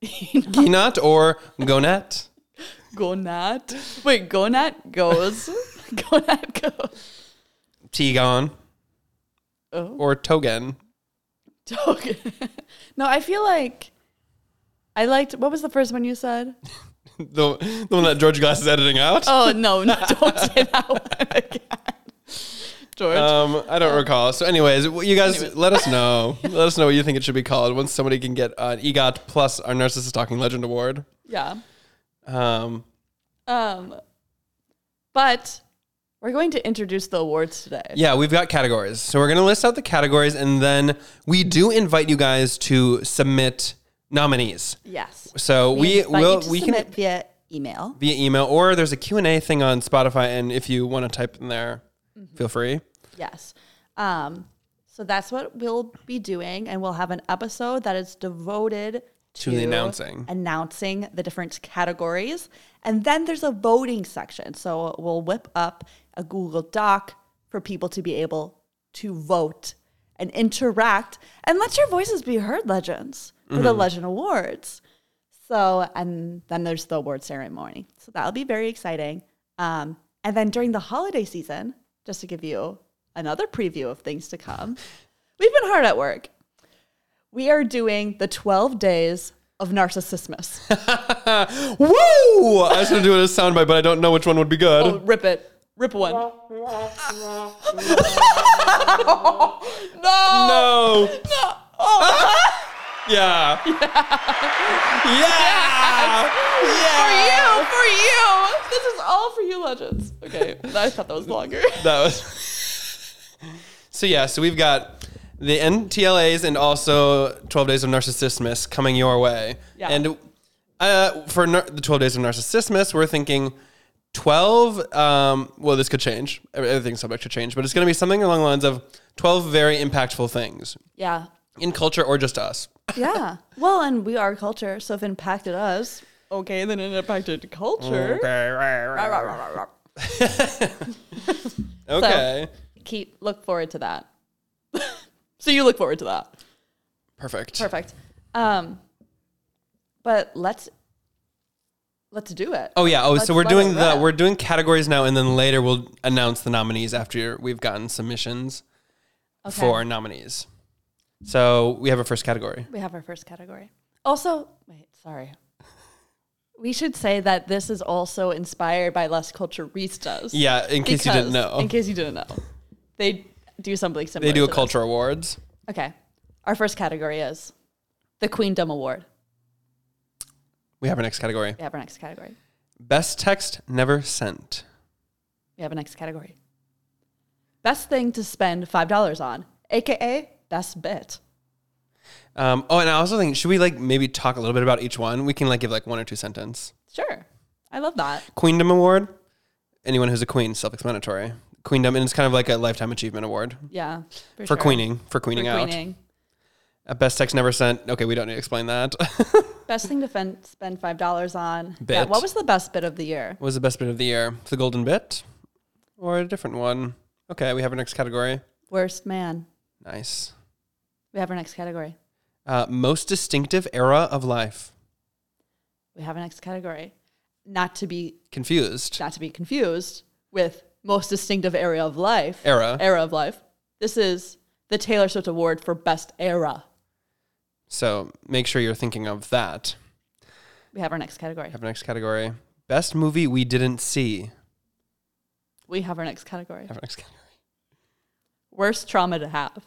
C: Ginat or Gonat.
B: Gonat. Wait, Gonat goes. Gonat goes.
C: Tigon
B: Oh.
C: or Togen.
B: Token. no, I feel like I liked. What was the first one you said?
C: The, the one that George Glass is editing out.
B: Oh no, no! Don't say that one again, George. Oh.
C: Um, I don't recall. So, anyways, w- you guys let us know. let us know what you think it should be called once somebody can get an EGOT plus our Narcissist Talking Legend Award.
B: yeah.
C: Um,
B: Um, but we're going to introduce the awards today.
C: yeah, we've got categories. So, we're going to list out the categories and then we do invite you guys to submit nominees.
B: Yes.
C: So, we,
B: invite you
C: will,
B: to
C: we can
B: submit via email.
C: via email or there's a Q&A thing on Spotify and if you want to type in there,
B: Mm-hmm.
C: feel free.
B: Yes. Um, so that's what we'll be doing, and we'll have an episode that is devoted to,
C: To the announcing.
B: announcing the different categories, and then there's a voting section. So we'll whip up a Google Doc for people to be able to vote and interact, and let your voices be heard, legends, for the
C: Mm-hmm.
B: Legend Awards. So, and then there's the award ceremony. So that'll be very exciting. Um, and then during the holiday season, just to give you another preview of things to come, we've been hard at work. We are doing the 12 days of narcissismus.
C: Woo! I was going to do it as soundbite, but I don't know which one would be good.
B: oh, rip it. Rip one. Oh,
C: No. No. yeah. Yeah.
B: For you, for you. This is all for you, legends. Okay, I thought that was longer.
C: That was. so yeah, so we've got the NTLAs and also 12 Days of Narcissismus coming your way.
B: Yeah.
C: And uh, for nar- the 12 Days of Narcissismus, we're thinking 12. Um, well, this could change. Every- Everything's subject to change, but it's going to be something along the lines of 12 very impactful things
B: Yeah.
C: in culture or just us.
B: Yeah. Well, and we are culture, so if it impacted us, okay, then it impacted culture.
C: Mm, Okay.
B: keep look forward to that. so you look forward to that.
C: Perfect.
B: Perfect. Um, but let's let's do it.
C: Oh yeah. Oh,
B: Let's
C: so we're
B: let it
C: doing the
B: rip.
C: we're doing categories now, and then later we'll announce the nominees after we've gotten submissions
B: Okay.
C: for nominees. So we have a first category.
B: we have our first category. Also, wait, sorry. We should say that this is also inspired by Las Culturistas.
C: Yeah, in case you didn't
B: because-
C: know,
B: In case you didn't know, they do something similar.
C: they do
B: to
C: a
B: this.
C: culture awards.
B: Okay, our first category is the Queendom Award.
C: We have our next category:
B: We have our next category.
C: best text never sent.
B: We have a next category. Best thing to spend five dollars on, aka best bit.
C: Um, oh, and I also think should we like maybe talk a little bit about each one? We can like give like one or two sentence.
B: Sure, I love that.
C: Queendom award. Anyone who's a queen, self-explanatory. Queendom, and it's kind of like a lifetime achievement award
B: Yeah,
C: for,
B: sure.
C: queening, for
B: For
C: queening out.
B: queening.
C: A best text never sent. Okay, we don't need to explain that.
B: Best thing to fen- spend five dollars on. Yeah,
C: Bit.
B: what was the best bit of the year?
C: What was the best bit of the year? The golden bit or a different one? Okay, we have our next category.
B: Worst man.
C: Nice.
B: We have our next category.
C: Uh, most distinctive era of life.
B: We have our next category. Not to be
C: Confused.
B: not to be confused with most distinctive area of life.
C: Era.
B: Era of life. This is the Taylor Swift Award for best era.
C: So make sure you're thinking of that.
B: We have our next category.
C: We have our next category. Best movie we didn't see.
B: We have our next category.
C: We have our next category.
B: Worst trauma to have.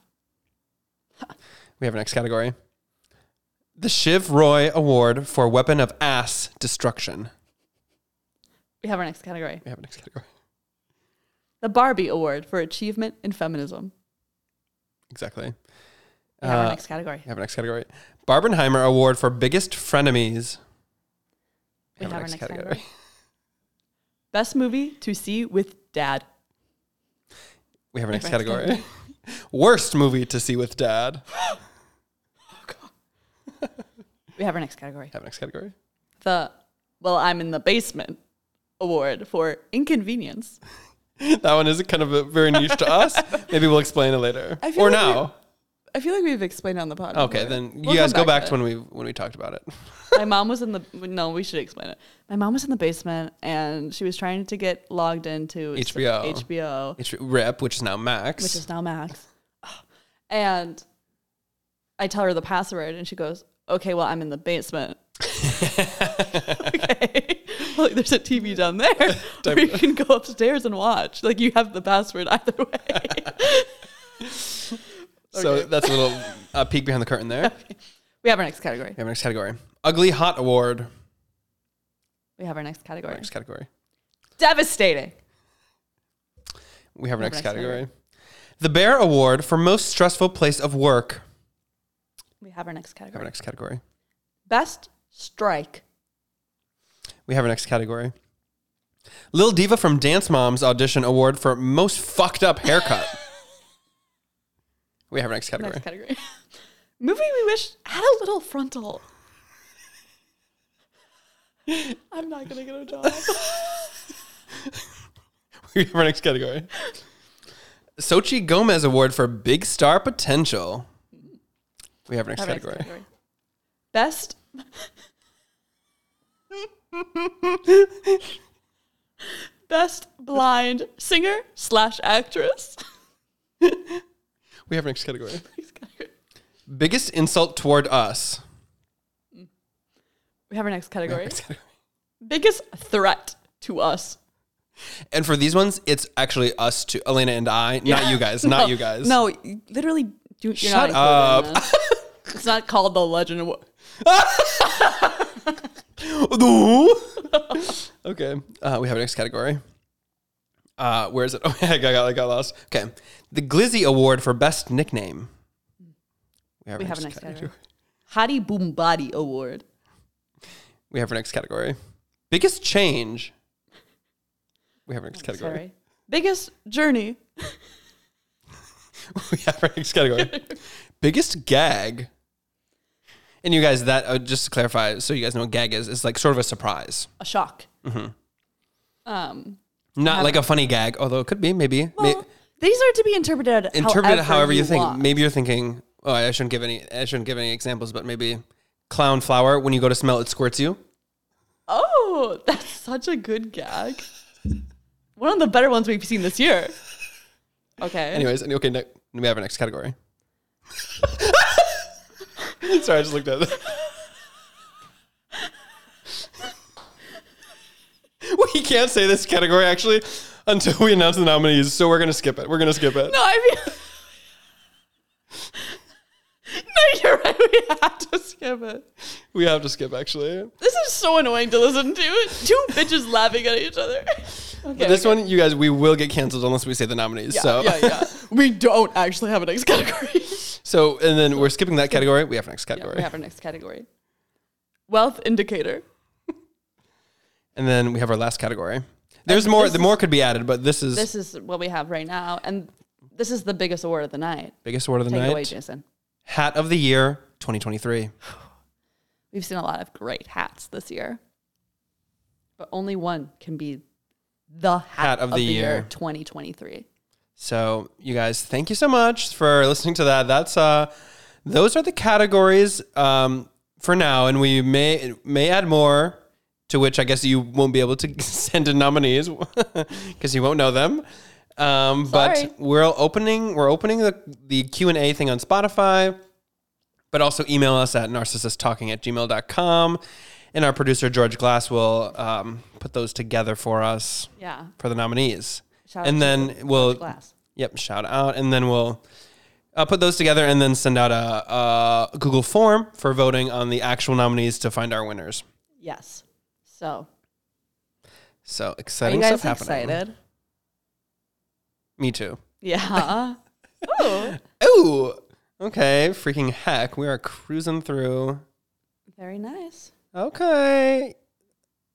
C: We have our next category. The Shiv Roy Award for Weapon of Ass Destruction.
B: We have our next category.
C: We have our next category.
B: The Barbie Award for Achievement in Feminism.
C: Exactly.
B: We have
C: Uh,
B: our next category.
C: We have our next category. Barbenheimer Award for Biggest Frenemies.
B: We have our next category. Best movie to see with dad.
C: We have our next
B: our next
C: category. Worst movie to see with dad. We
B: We have our next category.
C: have our next category.
B: The Well, I'm in the Basement Award for Inconvenience.
C: That one is kind of a, very niche to us. Maybe we'll explain it later
B: I feel
C: or
B: like
C: now.
B: I feel like we've explained on the podcast.
C: Okay, then you guys go back to when we when we talked about it.
B: my mom was in the no we should explain it my mom was in the basement and she was trying to get logged into s-
C: HBO.
B: hbo
C: It's Rip, which is now Max.
B: which is now max and i tell her the password and she goes okay well i'm in the basement okay well there's a tv down there or you can go upstairs and watch like you have the password either way
C: so that's a little uh, peek behind the curtain there. We
B: we have our next category
C: have our next category. Ugly Hot Award.
B: we have our next category
C: Next category.
B: devastating
C: We have our next
B: next
C: category. The Bear Award for most stressful place of work.
B: we have our next
C: We have our
B: category
C: next category.
B: best strike
C: We have our next category. Lil Diva from Dance Moms audition award for most fucked up haircut. we have our next category.
B: Next category. Movie we wish had a little frontal. I'm not gonna get a job.
C: we have our next category. Sochi Gomez award for big star potential. We have our next
B: Our next
C: category.
B: category. Best. Best blind singer slash actress.
C: We have our next category.
B: Next category.
C: Biggest insult toward us.
B: We have our next
C: We have our
B: category.
C: next category.
B: Biggest threat to us.
C: And for these ones, it's actually us two, Elena and I, not you guys, not
B: No,
C: you guys.
B: No, you- literally, do- you're
C: Shut
B: not included in
C: up.
B: this. it's not called the Legend of. Wa-
C: okay. Uh, we have a next category. Uh, where is it? Oh, I got, I got lost. Okay. The Glizzy Award for Best Nickname. have,
B: We have a next category. Hottie Boom Body Award.
C: We have our next category. Biggest change. We have our next category.
B: Sorry. Biggest journey.
C: We have our next category. Biggest gag. And you guys, that uh, just to clarify, so you guys know what gag is, it's like sort of a surprise,
B: A shock.
C: Mm-hmm.
B: Um,
C: not like a funny gag, although it could be maybe. May-
B: well, these are to be interpreted
C: interpret
B: however,
C: it however you, think.
B: want.
C: Maybe you're thinking, oh, I shouldn't give any, I shouldn't give any examples, but maybe clown flower. When you go to smell, it squirts you.
B: Oh, that's such a good gag. One of the better ones we've seen this year. Okay.
C: Anyways, okay, ne- we have our next category. Sorry, I just looked at it. we can't say this category actually until we announce the nominees, so we're gonna skip it. We're gonna skip it.
B: No, I mean. no, you're right. We have to skip it.
C: We have to skip actually.
B: This is so annoying to listen to. Two bitches laughing at each other. Okay.
C: But this
B: okay.
C: one, you guys, we will get canceled unless we say the nominees.
B: Yeah,
C: so
B: yeah, yeah. We don't actually have a next category.
C: So, and then we're skipping that category. We have next
B: Yeah,
C: category.
B: we have our next category. Wealth indicator.
C: and then we have our last category. There's more.
B: this
C: The more could be added, but this is
B: This is what we have right now, and this is the biggest award of the night.
C: biggest word of the
B: Take it away,
C: night.
B: Jason.
C: Hat of the year, 2023.
B: We've seen a lot of great hats this year, but only one can be the hat, of, the, year. 2023.
C: So, you guys, thank you so much for listening to that. That's uh, those are the categories um for now, and we may may add more. To which I guess you won't be able to send in nominees because you won't know them. Um,
B: Sorry.
C: but we're opening we're opening the the Q and A thing on Spotify. but also email us at narcissisttalking at gmail.com. And our producer, George Glass, will um, put those together for us
B: Yeah.
C: for the nominees.
B: Shout
C: and
B: out
C: then we'll,
B: Glass.
C: yep, shout out. And then we'll uh, put those together and then send out a, a Google form for voting on the actual nominees to find our winners.
B: Yes. So,
C: So
B: are you
C: exciting
B: guys
C: stuff happening.
B: excited?
C: Me too.
B: Yeah. oh,
C: Oh, okay. Freaking heck. We are cruising through.
B: very nice.
C: Okay.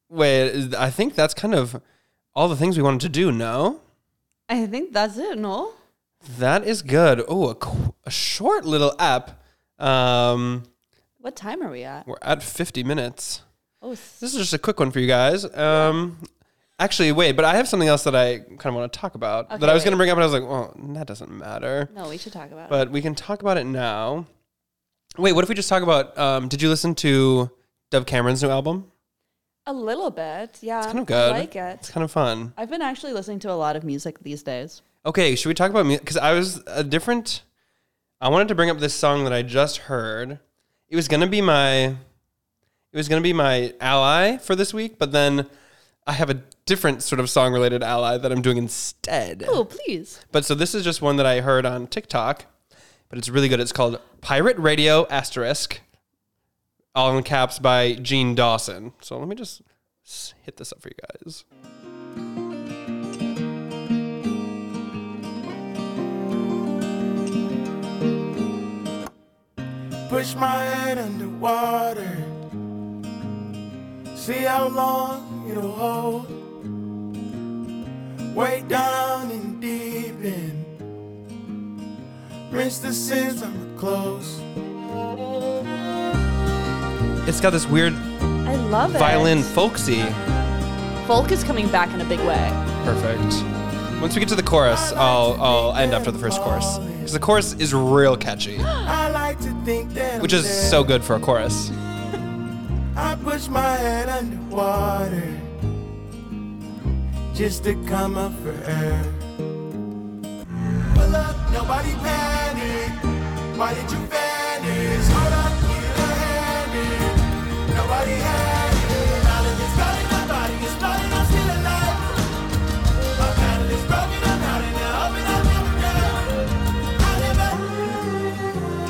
C: Wait, is- I think that's kind of all the things we wanted to do. No,
B: I think that's it. No.
C: that is good. Oh, a, qu- a short little app. Um,
B: What time are we at?
C: we're at 50 minutes.
B: Oh, s-
C: This is just a quick one for you guys. Um, actually, wait, but I have something else that I kind of want to talk about that
B: Okay,
C: I was going to
B: wait.
C: bring up, and I was like, well, that doesn't matter.
B: no, we should talk about it.
C: But we can talk about it now. Wait, what if we just talk about? Um, did you listen to Dove Cameron's new album?
B: A little bit, yeah.
C: It's kind of good.
B: Um, I like
C: It's
B: it.
C: kind of fun.
B: I've been actually listening to a lot of music these days.
C: Okay, should we talk about music? Because I was a different. I wanted to bring up this song that I just heard. It was gonna be my, it was gonna be my ally for this week, but then I have a different sort of song related ally that I'm doing instead.
B: Oh, please.
C: But so this is just one that I heard on TikTok, but it's really good. It's called Pirate Radio Asterisk, all in caps by Gene Dawson. So let me just s- hit this up for you guys.
F: push my head underwater. See how long it'll hold. Way down in the deep end. Rinse the sins on the clothes.
C: It's got this weird
B: I love it.
C: violin folksy.
B: Folk is coming back in a big way.
C: Perfect. Once we get to the chorus, I'll I'll end after the first chorus because the chorus is real catchy,
F: I like to think that
C: which
F: I'm
C: is
F: there.
C: so good for a chorus.
F: I push my head underwater just to come up for air. Pull up, nobody panic. Why did you vanish? Hold up, you don't have it. Nobody had it. All of this flooding, my body is flooding, I'm still alive. My paddle is broken, I'm out and I'm up and I'm never down. I never-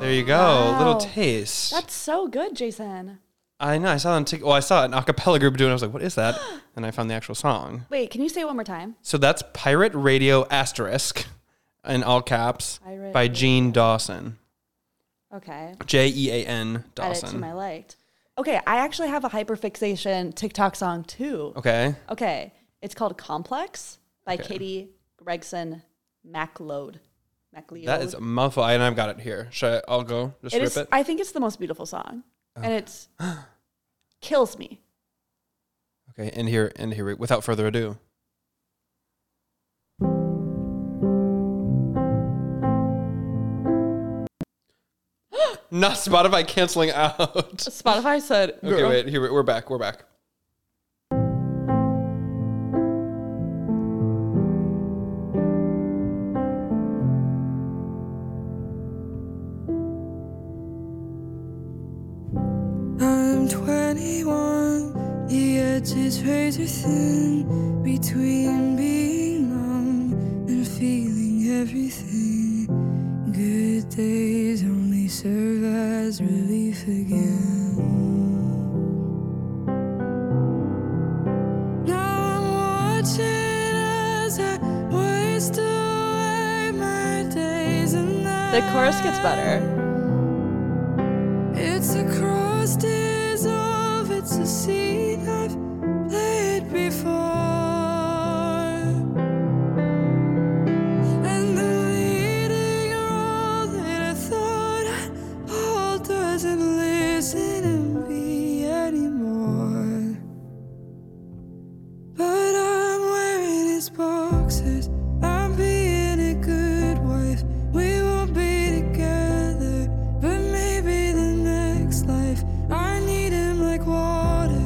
C: There you go, little
B: Wow.
C: taste.
B: That's so good, Jason.
C: I know. I saw on Tik. Well, I saw an acapella group doing. it. I was like, "What is that?" And I found the actual song.
B: Wait, can you say it one more time?
C: So that's Pirate Radio Asterisk in all caps
B: Pirate
C: by Gene Dawson.
B: Okay.
C: J E A N
B: Add it to my
C: Dawson.
B: liked. Okay, I actually have a hyperfixation TikTok song too.
C: Okay.
B: Okay, it's called Complex by
C: Okay.
B: Katie Gregson MacLeod. MacLeod.
C: That is a mouthful. I, and I've got it here. Should I? I'll go. Just
B: it
C: rip
B: is.
C: it. Oh.
B: I think it's the most beautiful song, and it's kills me.
C: okay. And here. And here. we- Without further ado. Not Spotify canceling out.
B: Spotify said.
C: Okay, wait. Here we- we're back. We're back.
D: I'm 21, the edge is razor thin between being numb and feeling everything. Good days only serve as relief again. Now I'm watching as I waste away my days and nights.
B: The chorus gets better.
D: It's a cross dissolve, it's a scene I've played before. And the leading role that I thought I'd hold doesn't listen to me anymore. But I'm wearing his boxers. I'm being a good wife. We won't be together, but maybe the next life. I need him like water.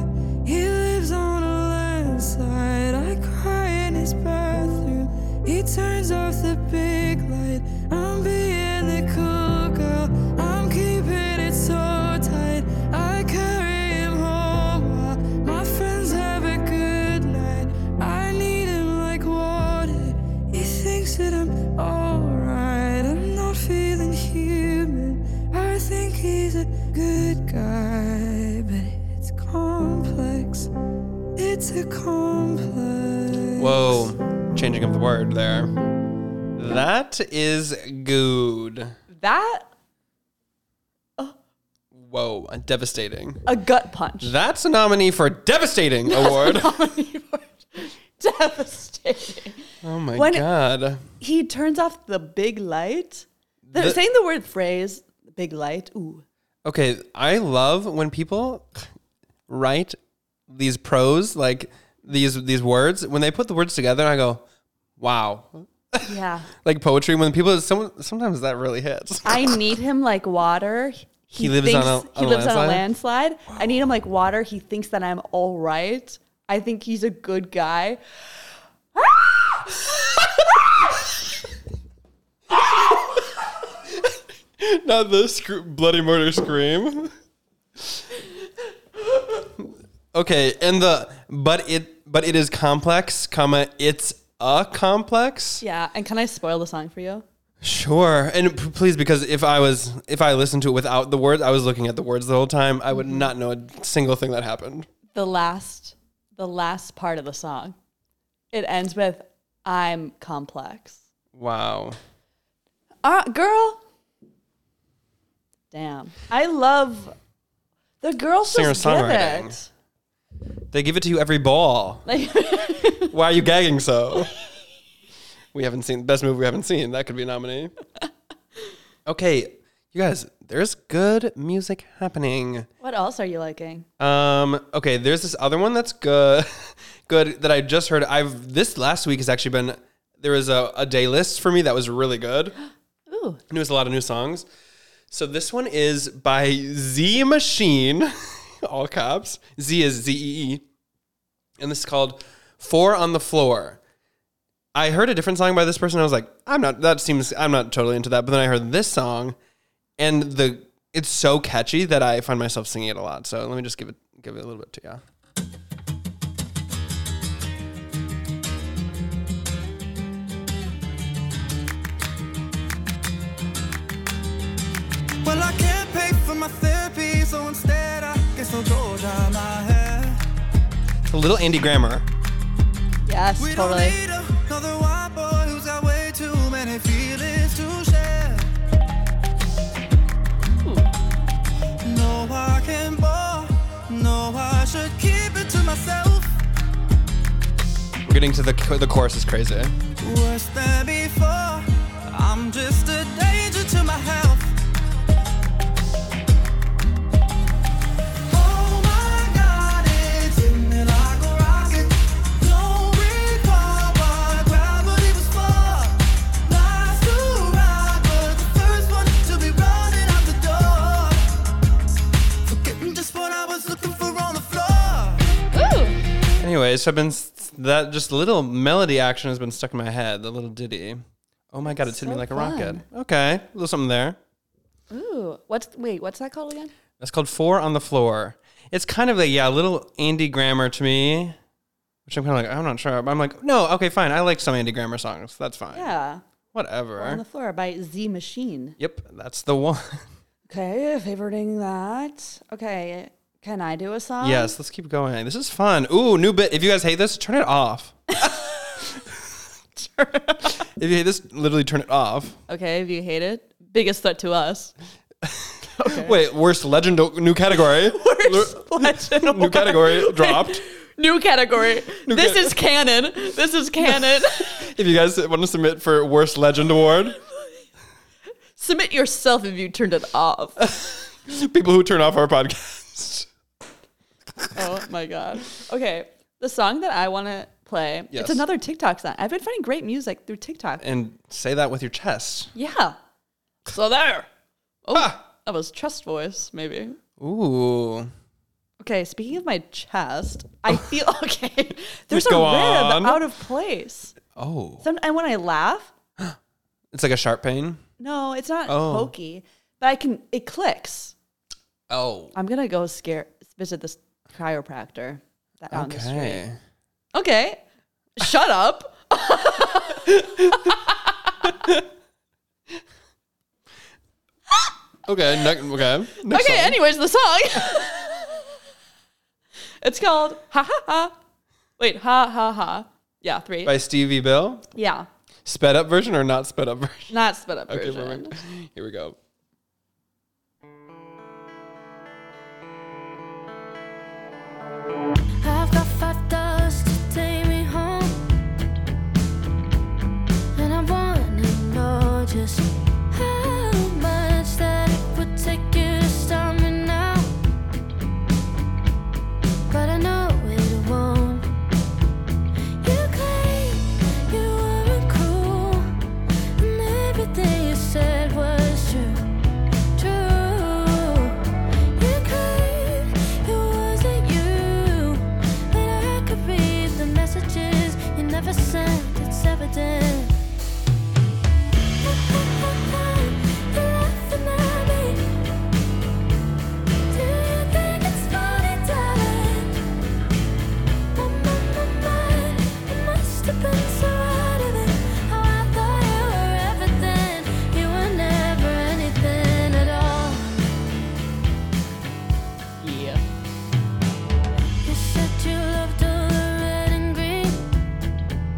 D: He lives on a landslide. I cry in his bathroom. He turns off the big light. I'm being the cool girl. I'm keeping it so tight. I carry him home while my friends have a good night. I need him like water. He thinks that I'm alright. I'm not feeling human. I think he's a good guy, but it's complex. It's a complex.
C: Whoa, changing of the word there. That is good.
B: That
C: Whoa, devastating.
B: a gut punch.
C: That's a nominee for devastating award.
B: Devastating.
C: Oh my
B: When-
C: god.
B: He turns off the big light. They're
C: The-
B: saying the word phrase "big light." Ooh,
C: Okay, I love when people write these prose like these these words when they put the words together. and I go, wow,
B: Yeah.
C: like poetry. When people someone sometimes that really hits.
B: I need him like water. He,
C: lives on a- on
B: he
C: a
B: lives on a landslide. I need him like water. He thinks that I'm all right. I think he's a good guy.
C: Not the scr- bloody murder scream. okay, and the but it but it is complex, comma it's a complex.
B: Yeah. And can I spoil the song for you?
C: Sure, and p- please because if I was if I listened to it without the words, I was looking at the words the whole time. I would not know a single thing that happened.
B: The last, the last part of the song. It ends with, "I'm complex."
C: Wow.
B: Uh, girl. Damn. I love the girls just give
C: Singer-songwriting.
B: it.
C: They give it to you every ball.
B: Like,
C: Why are you gagging so? we haven't seen best movie we haven't seen. That could be a nominee. Okay, you guys, there's good music happening.
B: what else are you liking?
C: Um, okay, there's this other one that's good, good that I just heard. I've this last week has actually been there was a, a day list for me that was really good.
B: Ooh.
C: And it was a lot of new songs. So this one is by Z Machine, all caps. Z is Z E E, and this is called Four on the Floor. I heard a different song by this person. I was like, I'm not. That seems. I'm not totally into that. But then I heard this song, and the it's so catchy that I find myself singing it a lot. So let me just give it give it a little bit to you.
G: Well, I can't pay for my therapy, so instead I guess I'll go dye my hair.
C: A little Andy Grammer.
B: Yes,
G: We
B: totally.
G: don't need another white boy who's got way too many feelings to share. No, I can't bore. No, I should keep it to myself.
C: We're getting to the the chorus is crazy.
G: Worse than before, I'm just a danger to my health. Oh my God, it's hitting me like a rocket. Don't recall what gravity was for. Life's too right, but the first one to be running out the door. Forgetting just what I was looking for on the floor.
C: Anyway, so I've been s- that just little melody action has been stuck in my head. The little ditty. Oh my god, it's hitting me
B: So
C: like a
B: fun.
C: rocket. Okay, a little something there.
B: Ooh. What's wait, what's that called again?
C: That's called Four on the Floor. It's kind of like yeah, a little Andy Grammer to me, which I'm kind of like I'm not sure. But I'm like no, okay, fine. I like some Andy Grammer songs. That's fine.
B: Yeah. On
C: whatever.
B: the floor by Z Machine.
C: yep, that's the one.
B: Okay, favoriting that. Okay. Can I do a song?
C: yes, let's keep going. This is fun. Ooh, new bit. If you guys hate this, turn it off. if you hate this, literally turn it off.
B: Okay, if you hate it. Biggest threat to us.
C: Wait, worst legend new category.
B: Worst legend
C: new category
B: award.
C: dropped.
B: New category. this
C: cate-
B: is canon. This is canon.
C: If you guys want to submit for worst legend award,
B: Submit yourself if you turned it off.
C: people who turn off our podcast.
B: oh my god. Okay. The song that I want to play,
C: Yes.
B: it's another TikTok song. I've been finding great music through TikTok.
C: And say that with your chest.
B: Yeah. So there. Oh,
C: Ha!
B: that was chest voice, maybe.
C: Ooh.
B: Okay, speaking of my chest, I feel okay. There's a
C: Go
B: rib
C: on.
B: out of place.
C: Oh.
B: Some, and when I laugh,
C: It's like a sharp pain.
B: no, it's not
C: Oh.
B: pokey, but I can. It clicks.
C: Oh.
B: I'm gonna go scare visit this chiropractor that on the street.
C: Okay.
B: Okay, shut up.
C: Okay. Ne- okay. Next
B: okay,
C: song.
B: anyways, the song. it's called ha ha ha. Wait, ha ha ha. Yeah, three.
C: By Stevie Bill.
B: Yeah,
C: Sped up version or not sped up version?
B: not sped up
C: Okay,
B: version.
C: perfect. Here we go.
E: I've got five dollars to take me home. And I wanna know just how much that it would take you to stop me now. But I know it won't.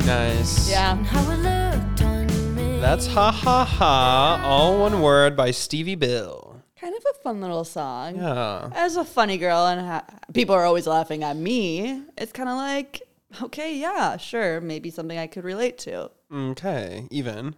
C: Nice.
B: Yeah.
E: How it looked on me.
C: That's Ha Ha Ha, all one word by Stevie Bill.
B: Kind of a fun little song.
C: Yeah.
B: As a funny girl, and ha- people are always laughing at me, it's kind of like, okay, yeah, sure, maybe something I could relate to.
C: Okay, even.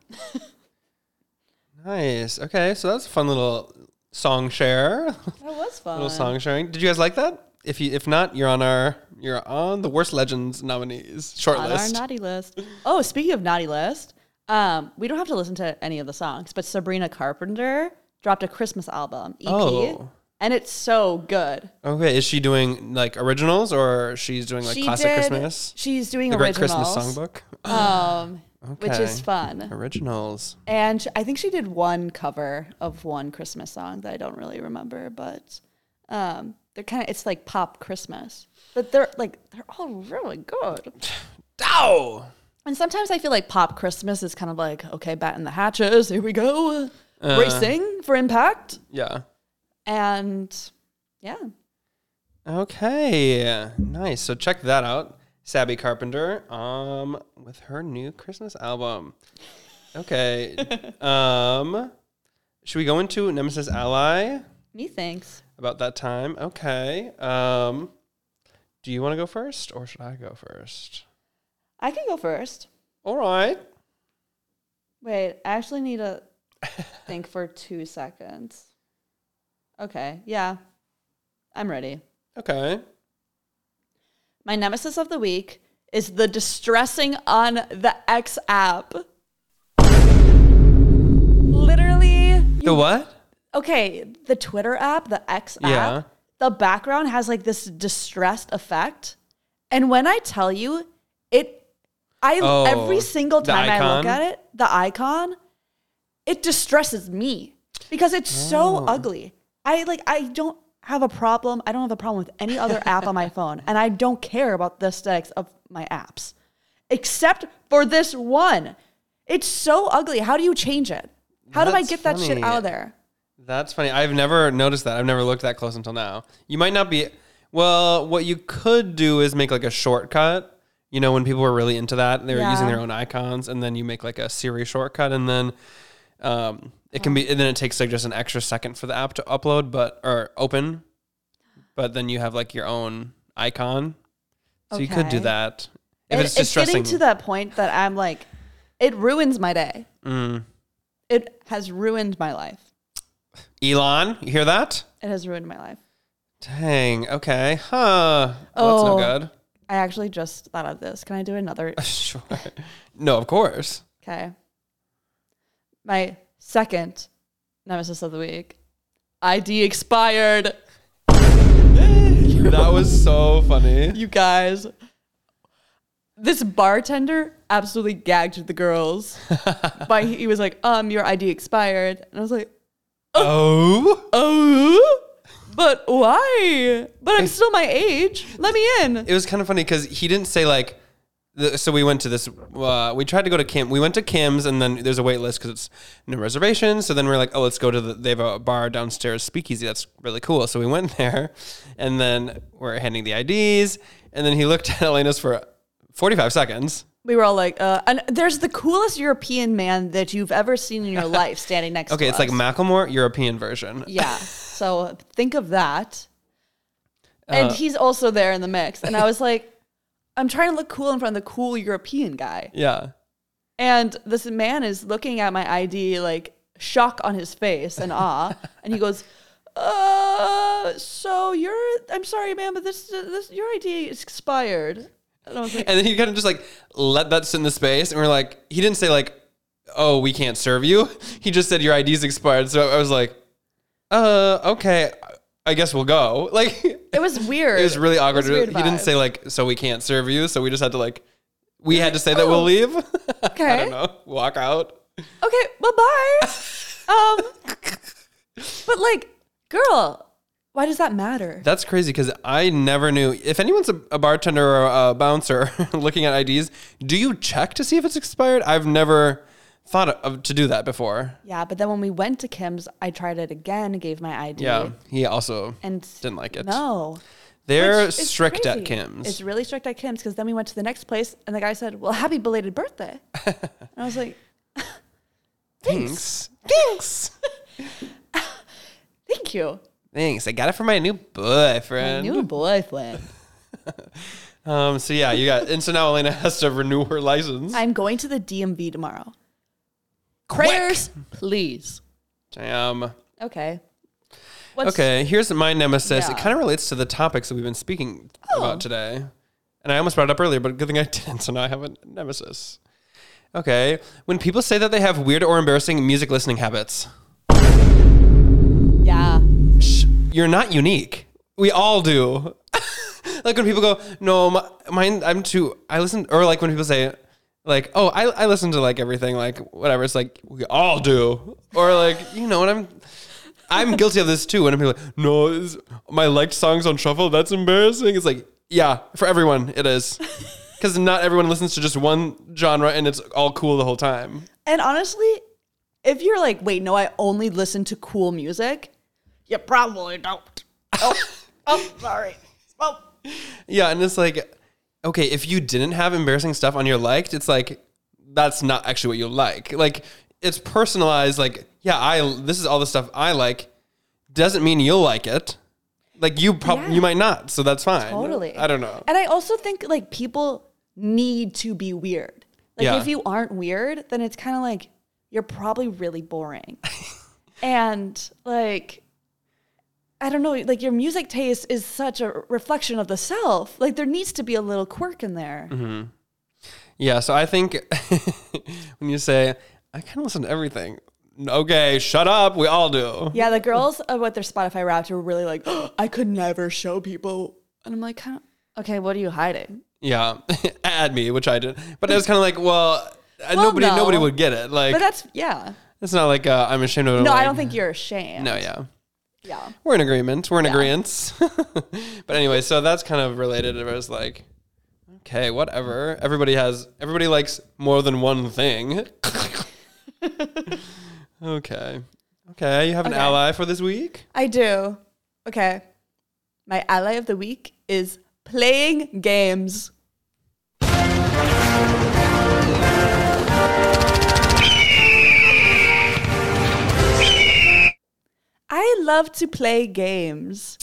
C: nice. Okay, so that's a fun little song share.
B: That was fun.
C: little song sharing. Did you guys like that? If you if not, you're on our you're on the worst legends nominees short
B: on
C: list.
B: our naughty list. Oh, speaking of naughty list, um, we don't have to listen to any of the songs, but Sabrina Carpenter dropped a Christmas album EP,
C: Oh.
B: and it's so good.
C: okay, is she doing like originals or she's doing like classic Christmas?
B: She's doing
C: the Great
B: originals,
C: Christmas Songbook.
B: um, which is
C: Okay.
B: fun.
C: Originals.
B: And sh- I think she did one cover of one Christmas song that I don't really remember, but um, they're kind of it's like pop Christmas, but they're like they're all really good.
C: Ow!
B: And sometimes I feel like pop Christmas is kind of like, okay, batten the hatches, here we go,
C: Uh-huh.
B: racing for impact.
C: Uh, Yeah.
B: And yeah,
C: Okay, nice. So check that out, Sabby Carpenter, um, with her new Christmas album. Okay, um, should we go into Nemesis Ally
B: me thanks.
C: about that time? Okay, um, do you want to go first or should I go first?
B: I can go first.
C: All right.
B: Wait, I actually need to think for two seconds. Okay, yeah, I'm ready.
C: Okay.
B: My nemesis of the week is the distressing on the X app. Literally,
C: The what?
B: okay, the Twitter app, the X app,
C: Yeah.
B: the background has like this distressed effect. And when I tell you, it I
C: Oh,
B: every single
C: the
B: time I look
C: icon?
B: at it, the icon, it distresses me because it's
C: Oh.
B: so ugly. I like I don't have a problem. I don't have a problem with any other app on my phone, and I don't care about the aesthetics of my apps except for this one. It's so ugly. How do you change it? How do I
C: That's
B: get that shit
C: funny.
B: out of there?
C: That's funny. I've never noticed that. I've never looked that close until now. You might not be. Well, what you could do is make like a shortcut. You know, when people were really into that, they were using
B: Yeah.
C: their own icons, and then you make like a Siri shortcut, and then um, it can be. And then it takes like just an extra second for the app to upload, but or open. But then you have like your own icon, so you could do
B: Okay.
C: that if
B: It-
C: it's distressing.
B: getting to that point that I'm like, it ruins my day.
C: Mm.
B: It has ruined my life.
C: Elon, you hear that?
B: It has ruined my life.
C: Dang. Okay. Huh. Well,
B: Oh.
C: that's no good.
B: I actually just thought of this. Can I do another?
C: Sure. No, of course.
B: Okay. My second nemesis of the week. ID expired.
C: That was so funny.
B: You guys. This bartender absolutely gagged the girls. but he was like, um, your ID expired. And I was like,
C: Oh.
B: oh, but why? But I'm still my age. Let me in.
C: It was kind of funny because he didn't say like. The, so we went to this. Uh, we tried to go to Kim. We went to Kim's, and then there's a wait list because it's no reservations. So then we're like, oh, let's go to the. They have a bar downstairs, Speakeasy. That's really cool. So we went there, and then we're handing the IDs, and then he looked at Elena's for 45 seconds.
B: We were all like, uh, and there's the coolest European man that you've ever seen in your life standing next
C: Okay,
B: to
C: it's like
B: us.
C: Macklemore European version.
B: Yeah. So think of that.
C: Uh,
B: And he's also there in the mix. And I was like, I'm trying to look cool in front of the cool European guy.
C: Yeah.
B: And this man is looking at my ID, like shock on his face and awe. and he goes, uh, so you're, I'm sorry, man, but this, this, your ID is expired. And I was like,
C: And then he kind of just like let that sit in the space, and we're like, he didn't say like, "Oh, we can't serve you." He just said your ID's expired. So I was like, "Uh, okay, I guess we'll go." Like, it
B: it was weird.
C: was really awkward.
B: weird
C: he didn't
B: vibes.
C: say like, "So we can't serve you." So we just had to like, we had to say that we'll leave. I
B: Oh, Okay.
C: don't know. Walk out.
B: okay, bye bye. um, but like, girl, why does that matter?
C: That's crazy because I never knew. If anyone's a, a bartender or a bouncer looking at IDs, do you check to see if it's expired? I've never thought of to do that before.
B: yeah, but then when we went to Kim's, I tried it again, gave my ID.
C: Yeah, he also
B: And
C: didn't like it.
B: No.
C: They're
B: Which is
C: strict at
B: crazy.
C: Kim's.
B: It's really strict at Kim's because then we went to the next place and the guy said, "Well, happy belated birthday," and I was like,
C: Thanks. Thanks.
B: "Thank you,
C: Thanks. I got it for my new boyfriend.
B: new boyfriend."
C: um, so yeah, you got and so now Elena has to renew her license.
B: I'm going to the DMV tomorrow. Prayers, please.
C: Damn.
B: Okay. What's,
C: Okay, here's my nemesis. It
B: Yeah. Oh.
C: kind of relates to the topics that we've been speaking about today. And I almost brought it up earlier, but good thing I didn't, so now I have a nemesis. Okay. When people say that they have weird or embarrassing music listening habits,
B: Yeah.
C: sh- you're not unique. We all do. like when people go, no, my, mine, I'm too, I listen, or like when people say, like, oh, I, I listen to like everything, like whatever. It's like, we all do. Or like, you know what I'm, I'm guilty of this too. And I'm like, no, this- my liked songs on shuffle, that's embarrassing. It's like, yeah, for everyone it is. Because not everyone listens to just one genre and it's all cool the whole time.
B: And honestly, if you're like, wait, no, I only listen to cool music, you probably don't. Oh, oh sorry. Oh,
C: Yeah, and it's like, okay, if you didn't have embarrassing stuff on your liked, it's like that's not actually what you like. Like it's personalized. Like yeah, I this is all the stuff I like. Doesn't mean you'll like it. Like you probably you might not, so that's fine.
B: totally.
C: I don't know.
B: And I also think like people need to be weird. Like
C: Yeah.
B: if you aren't weird, then it's kind of like you're probably really boring. and like I don't know, like your music taste is such a reflection of the self. Like there needs to be a little quirk in there.
C: Mm-hmm. Yeah, so I think when you say I kind of listen to everything. Okay, shut up. We all do.
B: Yeah, the girls uh, with their Spotify Wrapped were really like, I could never show people. And I'm like, kind of, okay, what are you hiding?
C: Yeah, add me, which I did, but it was kind of like, well, uh
B: Well,
C: nobody,
B: no.
C: nobody would get it. Like,
B: But that's, yeah.
C: it's not like uh, I'm ashamed of. it,
B: No, I
C: like-
B: don't think you're ashamed.
C: No, yeah.
B: Yeah.
C: We're in agreement. We're in agreement. but anyway, so that's kind of related. It was like, okay, whatever. Everybody has, everybody likes more than one thing. okay. Okay. You have an
B: Okay.
C: ally for this week?
B: I do. Okay. My ally of the week is playing games. I love to play games.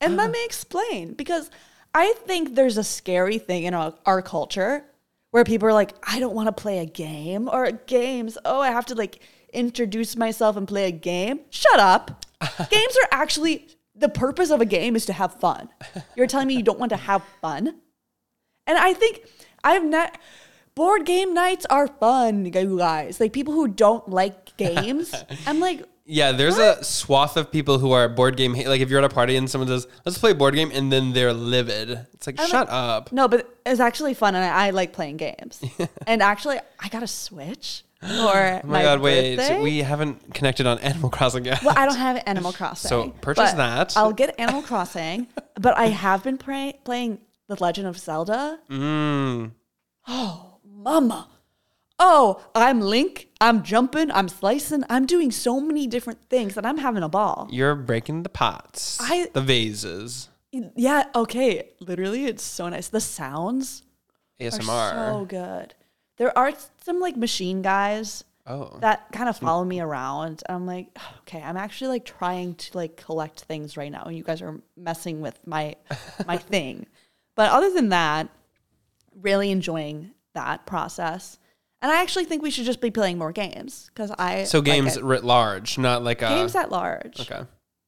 B: And let me explain because I think there's a scary thing in our, our culture where people are like, I don't want to play a game or games. Oh, I have to like introduce myself and play a game. Shut up. games are actually the purpose of a game is to have fun. You're telling me you don't want to have fun? And I think I've not. Board game nights are fun, you guys. Like people who don't like games, I'm like,
C: Yeah, there's a swath of people who are board game. ha- Like, if you're at a party and someone says, let's play a board game, and then they're livid. It's like, shut up.
B: No, but it's actually fun, and I, I like playing games. and actually, I got a Switch for my,
C: Oh my, God, wait.
B: birthday.
C: We haven't connected on Animal Crossing yet.
B: well, I don't have Animal Crossing.
C: So purchase
B: but
C: that.
B: I'll get Animal Crossing, but I have been pray- playing The Legend of Zelda.
C: Mm.
B: Mama. Oh, I'm Link. I'm jumping. I'm slicing. I'm doing so many different things, and I'm having a ball.
C: You're breaking the pots,
B: I-
C: the vases,
B: Yeah, okay. Literally, it's so nice. The sounds are
C: ASMR.
B: so good. There are some like machine guys
C: oh,
B: that kind of follow me around. I'm like, okay, I'm actually like trying to like collect things right now, and you guys are messing with my my thing. But other than that, really enjoying that process. And I actually think we should just be playing more games because I
C: so
B: like
C: games
B: it.
C: writ large, not like a
B: games at large.
C: okay.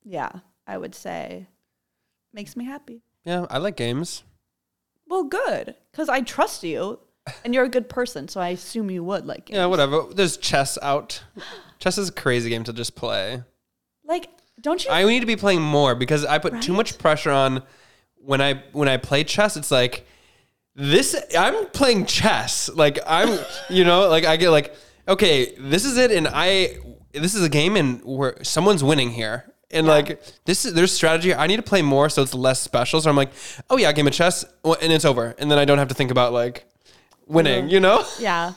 B: Yeah, I would say makes me happy.
C: Yeah, I like games.
B: Well, good because I trust you, and you're a good person, so I assume you would like it.
C: Yeah, whatever. There's chess out. chess is a crazy game to just play.
B: Like, don't you?
C: I need to be playing more because I put too
B: Right?
C: much pressure on when I when I play chess. It's like this. I'm playing chess. Like I'm, you know, like I get like okay, this is it, and I this is a game, and where someone's winning here. And like this is there's strategy. I need to play more, so it's less special. So I'm like, oh yeah, game of chess, well, and it's over, and then I don't have to think about like winning. You know,
B: yeah.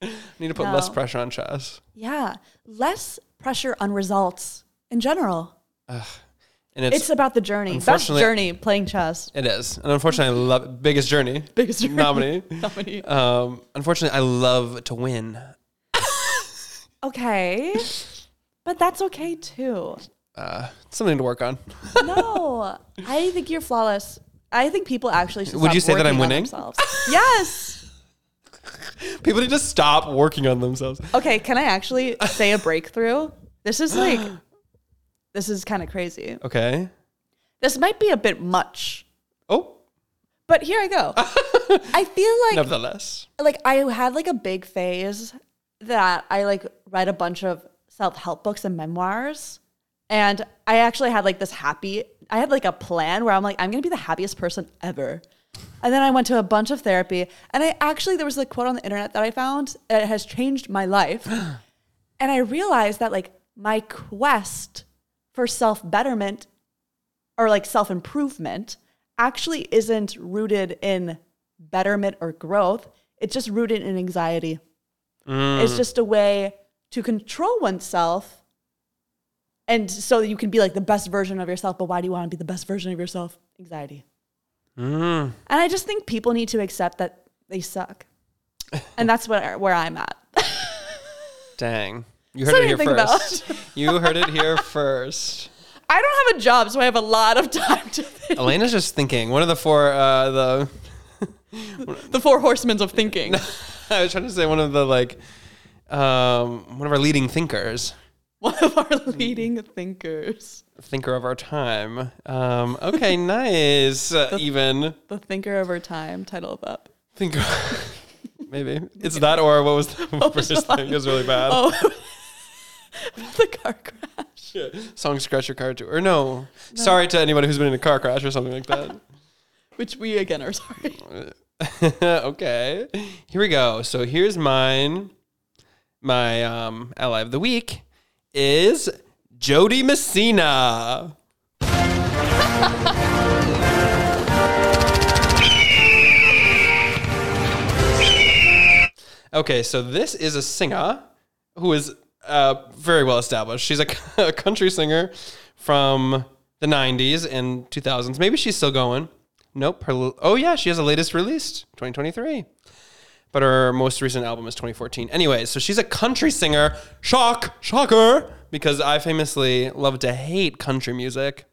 C: I need to put less
B: No.
C: pressure on chess.
B: Yeah, less pressure on results in general.
C: and it's,
B: It's about the journey. Best
C: Unfortunately-
B: journey playing chess.
C: it is. And unfortunately, I love biggest journey,
B: Biggest journey.
C: nominee.
B: Nominee.
C: Um, unfortunately, I love to win.
B: Okay. But that's okay too.
C: It's something to work on.
B: No, I think you're flawless. I think people actually should.
C: Would
B: stop
C: you say that I'm
B: working on
C: winning?
B: themselves. yes.
C: People need to stop working on themselves.
B: Okay. Can I actually say a breakthrough? This is like, this is kind of crazy.
C: Okay.
B: This might be a bit much,
C: Oh,
B: but here I go. I feel like
C: nevertheless,
B: like I had like a big phase that I like read a bunch of self-help books and memoirs and I actually had like this happy I had like a plan where I'm like I'm going to be the happiest person ever. And then I went to a bunch of therapy and I actually there was a quote on the internet that I found that has changed my life. and I realized that like my quest for self-betterment or like self improvement actually isn't rooted in betterment or growth. It's just rooted in anxiety. It's just a way to control oneself. And so that you can be like the best version of yourself. But why do you want to be the best version of yourself? Anxiety. And I just think people need to accept that they suck. and that's where, where I'm at.
C: dang, you heard
B: Something
C: it
B: to
C: here
B: think about.
C: first. you heard it here first.
B: I don't have a job, so I have a lot of time to think.
C: Elena's just thinking. One of the four. Uh, the
B: The four horsemen of thinking.
C: I was trying to say one of the like, um, one of our leading thinkers,
B: One of our leading thinkers.
C: thinker of our time. Um, okay, nice. Uh, even
B: The Thinker of Her Time, title of Up.
C: thinker. Maybe it's that or what was the
B: was
C: first
B: the
C: thing? It
B: one?
C: was really bad.
B: Oh, the car crash.
C: Song scratch your car too, or no. Sorry to anybody who's been in a car crash or something like that.
B: Which we again are sorry.
C: okay. Here we go. So here's mine. My um, ally of the week is Jody Messina. okay, so this is a singer who is uh, very well established. She's a, a country singer from the 90s and 2000s. Maybe she's still going. Nope. Her, l- oh, yeah, she has a latest released 2023. But her most recent album is 2014. Anyway, so she's a country singer. Shock, shocker, because I famously love to hate country music.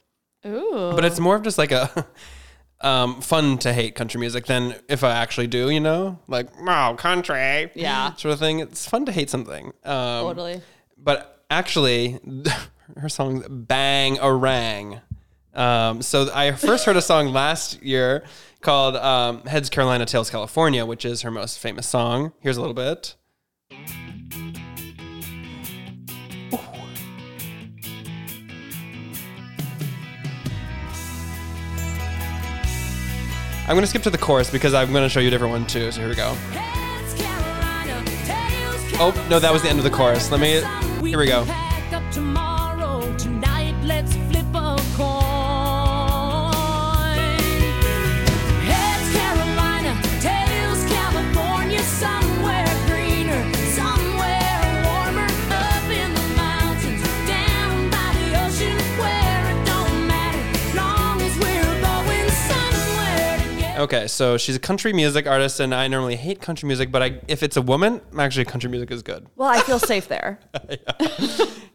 B: Ooh.
C: But it's more of just like a um, fun to hate country music than if I actually do, you know? Like, wow, country.
B: Yeah.
C: Sort of thing. It's fun to hate something. Um,
B: Totally.
C: But actually, her song Bang Orang. Um, so I first heard a song last year called um, Heads Carolina, Tails California, which is her most famous song. Here's a little bit. I'm going to skip to the chorus because I'm going to show you a different one too. So here we go.
E: Oh, no, that was the end of the chorus. Let me. Here we go.
C: Okay, so she's a country music artist, and I normally hate country music, but I, if it's a woman, actually, country music is good.
B: Well, I feel safe there.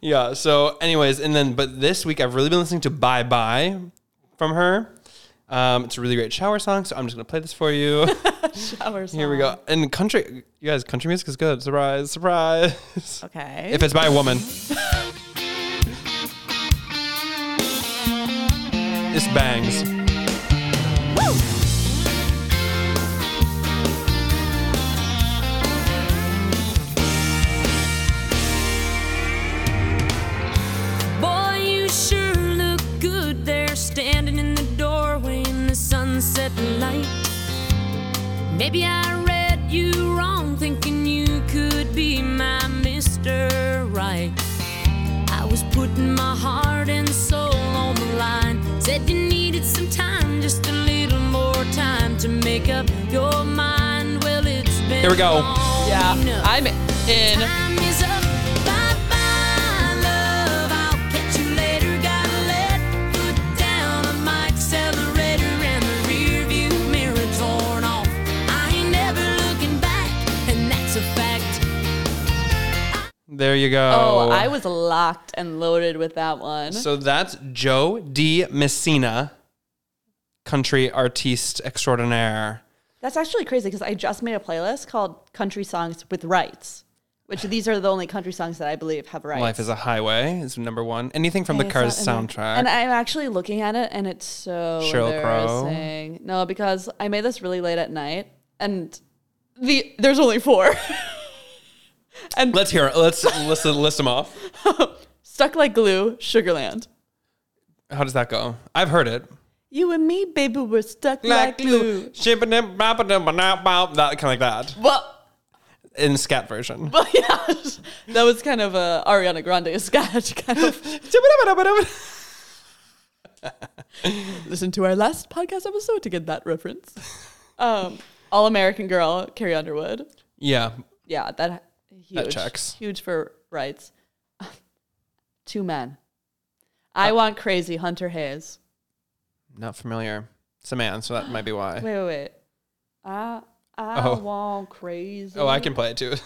C: Yeah. So, anyways, and then but this week I've really been listening to "Bye Bye" from her. Um, it's a really great shower song, so I'm just gonna play this for you.
B: Our
C: Here we go. And country, you guys, country music is good. Surprise, surprise.
B: Okay.
C: If it's by a woman, this bangs.
E: Boy, you sure look good there, standing in the doorway in the sunset light. Maybe I read you wrong, thinking you could be my Mr. Right. I was putting my heart and soul on the line. Said you needed some time, just a little more time to make up your mind. Well, it's been
C: Here we go.
E: long
B: yeah,
E: enough.
B: I'm in.
E: Time is up. Bye bye, love. I'll catch you later. Gotta let good
C: There you go.
B: Oh, I was locked and loaded with that one.
C: So that's Joe D. Messina, country artiste extraordinaire.
B: That's actually crazy because I just made a playlist called Country Songs with Rights, which these are the only country songs that I believe have rights.
C: Life is a Highway is number one. Anything from the Cars soundtrack.
B: And I'm actually looking at it and it's so
C: Sheryl Crow.
B: embarrassing. No, because I made this really late at night and the there's only four. and
C: Let's hear it. Let's listen, list them off.
B: Stuck Like Glue, Sugarland.
C: How does that go? I've heard it.
B: You and me, baby, we're stuck like,
C: Like
B: glue.
C: glue. Shipping bop it that kind of like that.
B: Well,
C: In scat version.
B: well, yeah, that was kind of a Ariana Grande sketch. Kind of. Listen to our last podcast episode to get that reference. Um, All American Girl, Carrie Underwood.
C: Yeah.
B: Yeah, that huge,
C: checks.
B: huge for rights. Two men. I want crazy Hunter Hayes.
C: Not familiar. It's a man, so that might be why.
B: Wait, wait, wait. I I
C: Oh.
B: want crazy.
C: Oh, I can play it too.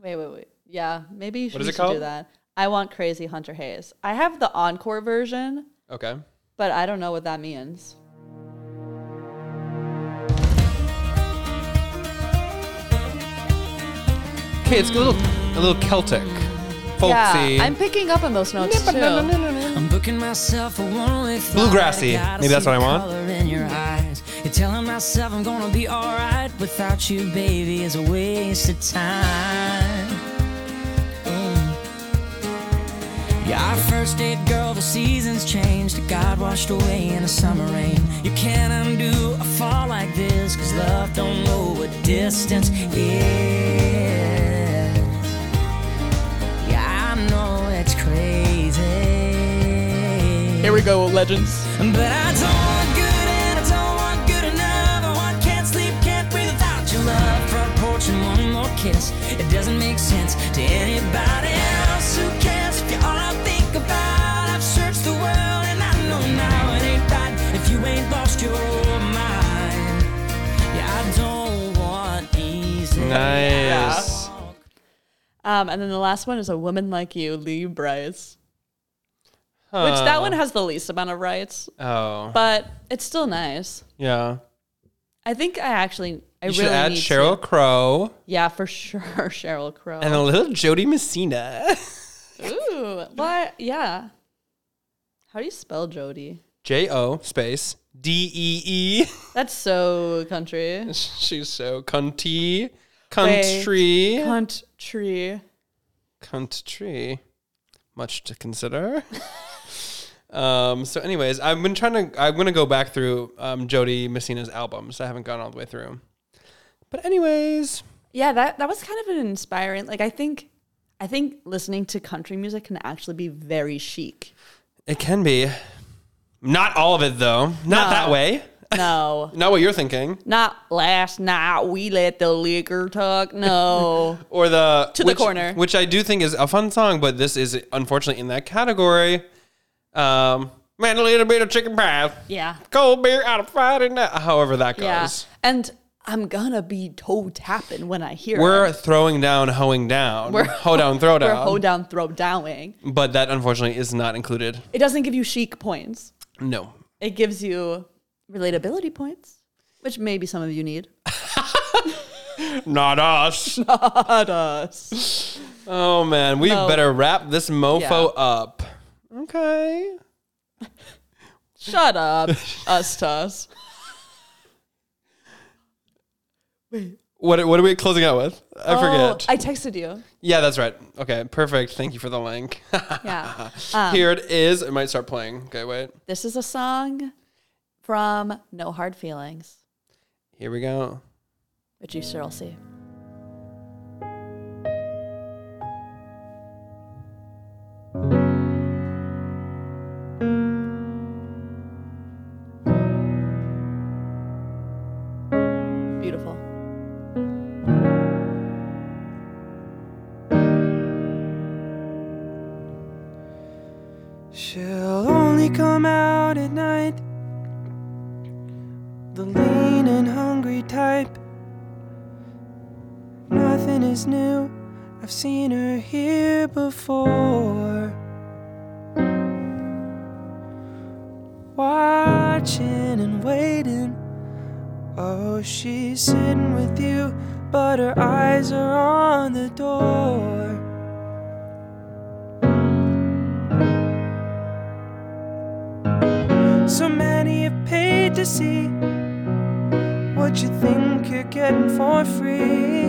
B: Wait, wait, wait. Yeah, maybe you should,
C: What is
B: we
C: it
B: should do
C: called?
B: that. I want crazy Hunter Hayes. I have the encore version,
C: okay.
B: but I don't know what that means.
C: Okay, it's a little, a little Celtic, folksy.
B: Yeah, I'm picking up on those notes too.
H: I'm booking myself a one-way flight.
C: Bluegrassy.
H: I gotta
C: Maybe that's
H: see
C: what
H: the
C: I want.
H: color in your eyes. You're telling myself I'm gonna be alright without you, baby. Is a waste of time. Mm. Yeah, our first date, girl, the seasons changed. God washed away in a summer rain. You can't undo a fall like this, cause love don't know what distance is. Yeah, I know it's crazy.
B: Here we go, legends.
H: But I don't want good and I don't want good enough. I want can't sleep, can't breathe without your love. Front porch and one more kiss. It doesn't make sense to anybody else who cares. If you're all I think about, I've searched the world and I know now it ain't right if you ain't lost your mind. Yeah, I don't want easy.
C: Nice.
B: Um, and then the last one is a woman like you, Lee Bryce, which
C: Uh.
B: that one has the least amount of rights,
C: Oh,
B: but it's still nice.
C: yeah.
B: I think I actually, I
C: You
B: really
C: should add
B: need
C: Cheryl
B: To.
C: Crow
B: Yeah, for sure, Cheryl Crow.
C: and a little Jody Messina.
B: Ooh, what? Yeah. How do you spell Jody?
C: J O space D E
B: That's so country.
C: E. She's so cunty. Country.
B: Country.
C: country. Much to consider. um, so, anyways, I've been trying to. I'm gonna go back through um, Jody Messina's albums. I haven't gone all the way through. But anyways,
B: Yeah, that that was kind of an inspiring. Like I think I think listening to country music can actually be very chic.
C: it can be. Not all of it though. Not that way.
B: No.
C: Not what you're thinking.
B: Not last night we let the liquor talk. No.
C: Or the
B: To the
C: which-
B: corner.
C: which I do think is a fun song, but this is unfortunately in that category. Um, man, a little bit of chicken pie,
B: yeah.
C: cold beer out of Friday night. However that goes.
B: Yeah. And I'm gonna be toe tapping when I hear
C: We're uh,
B: it.
C: throwing down, hoeing down, hoe down, throw
B: We're
C: down.
B: hoe down, throw down.
C: but that unfortunately is not included.
B: It doesn't give you chic points.
C: No.
B: It gives you relatability points, which maybe some of you need.
C: Not us.
B: Not us.
C: Oh man, we
B: No.
C: better wrap this mofo
B: Yeah.
C: up. Okay.
B: Shut up, us toss.
C: What what are we closing out with? I forget.
B: Oh, I texted you.
C: yeah, that's right. Okay, perfect. Thank you for the link.
B: Yeah.
C: Here it is. It might start playing. Okay, wait.
B: This is a song from No Hard Feelings,
C: Here we go.
B: which you should all see. Beautiful.
G: She'll only come out at night. The lean and hungry type. Nothing is new,
I: I've seen her here before. Watching and waiting. Oh, she's sitting with you, but her eyes are on the door. So many have paid to see what you think you're getting for free.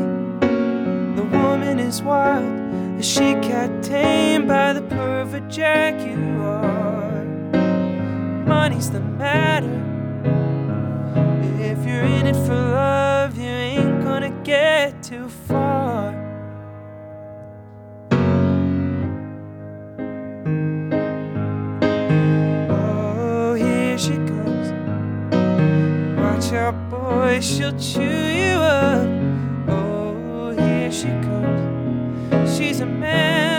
I: The woman is wild, and she got tamed by the pervert jack you are. Money's the matter. If you're in it for love, you ain't gonna get too far. Oh, here she comes. Watch out, boy, she'll chew you up. Oh, here she comes. She's a man. Oh,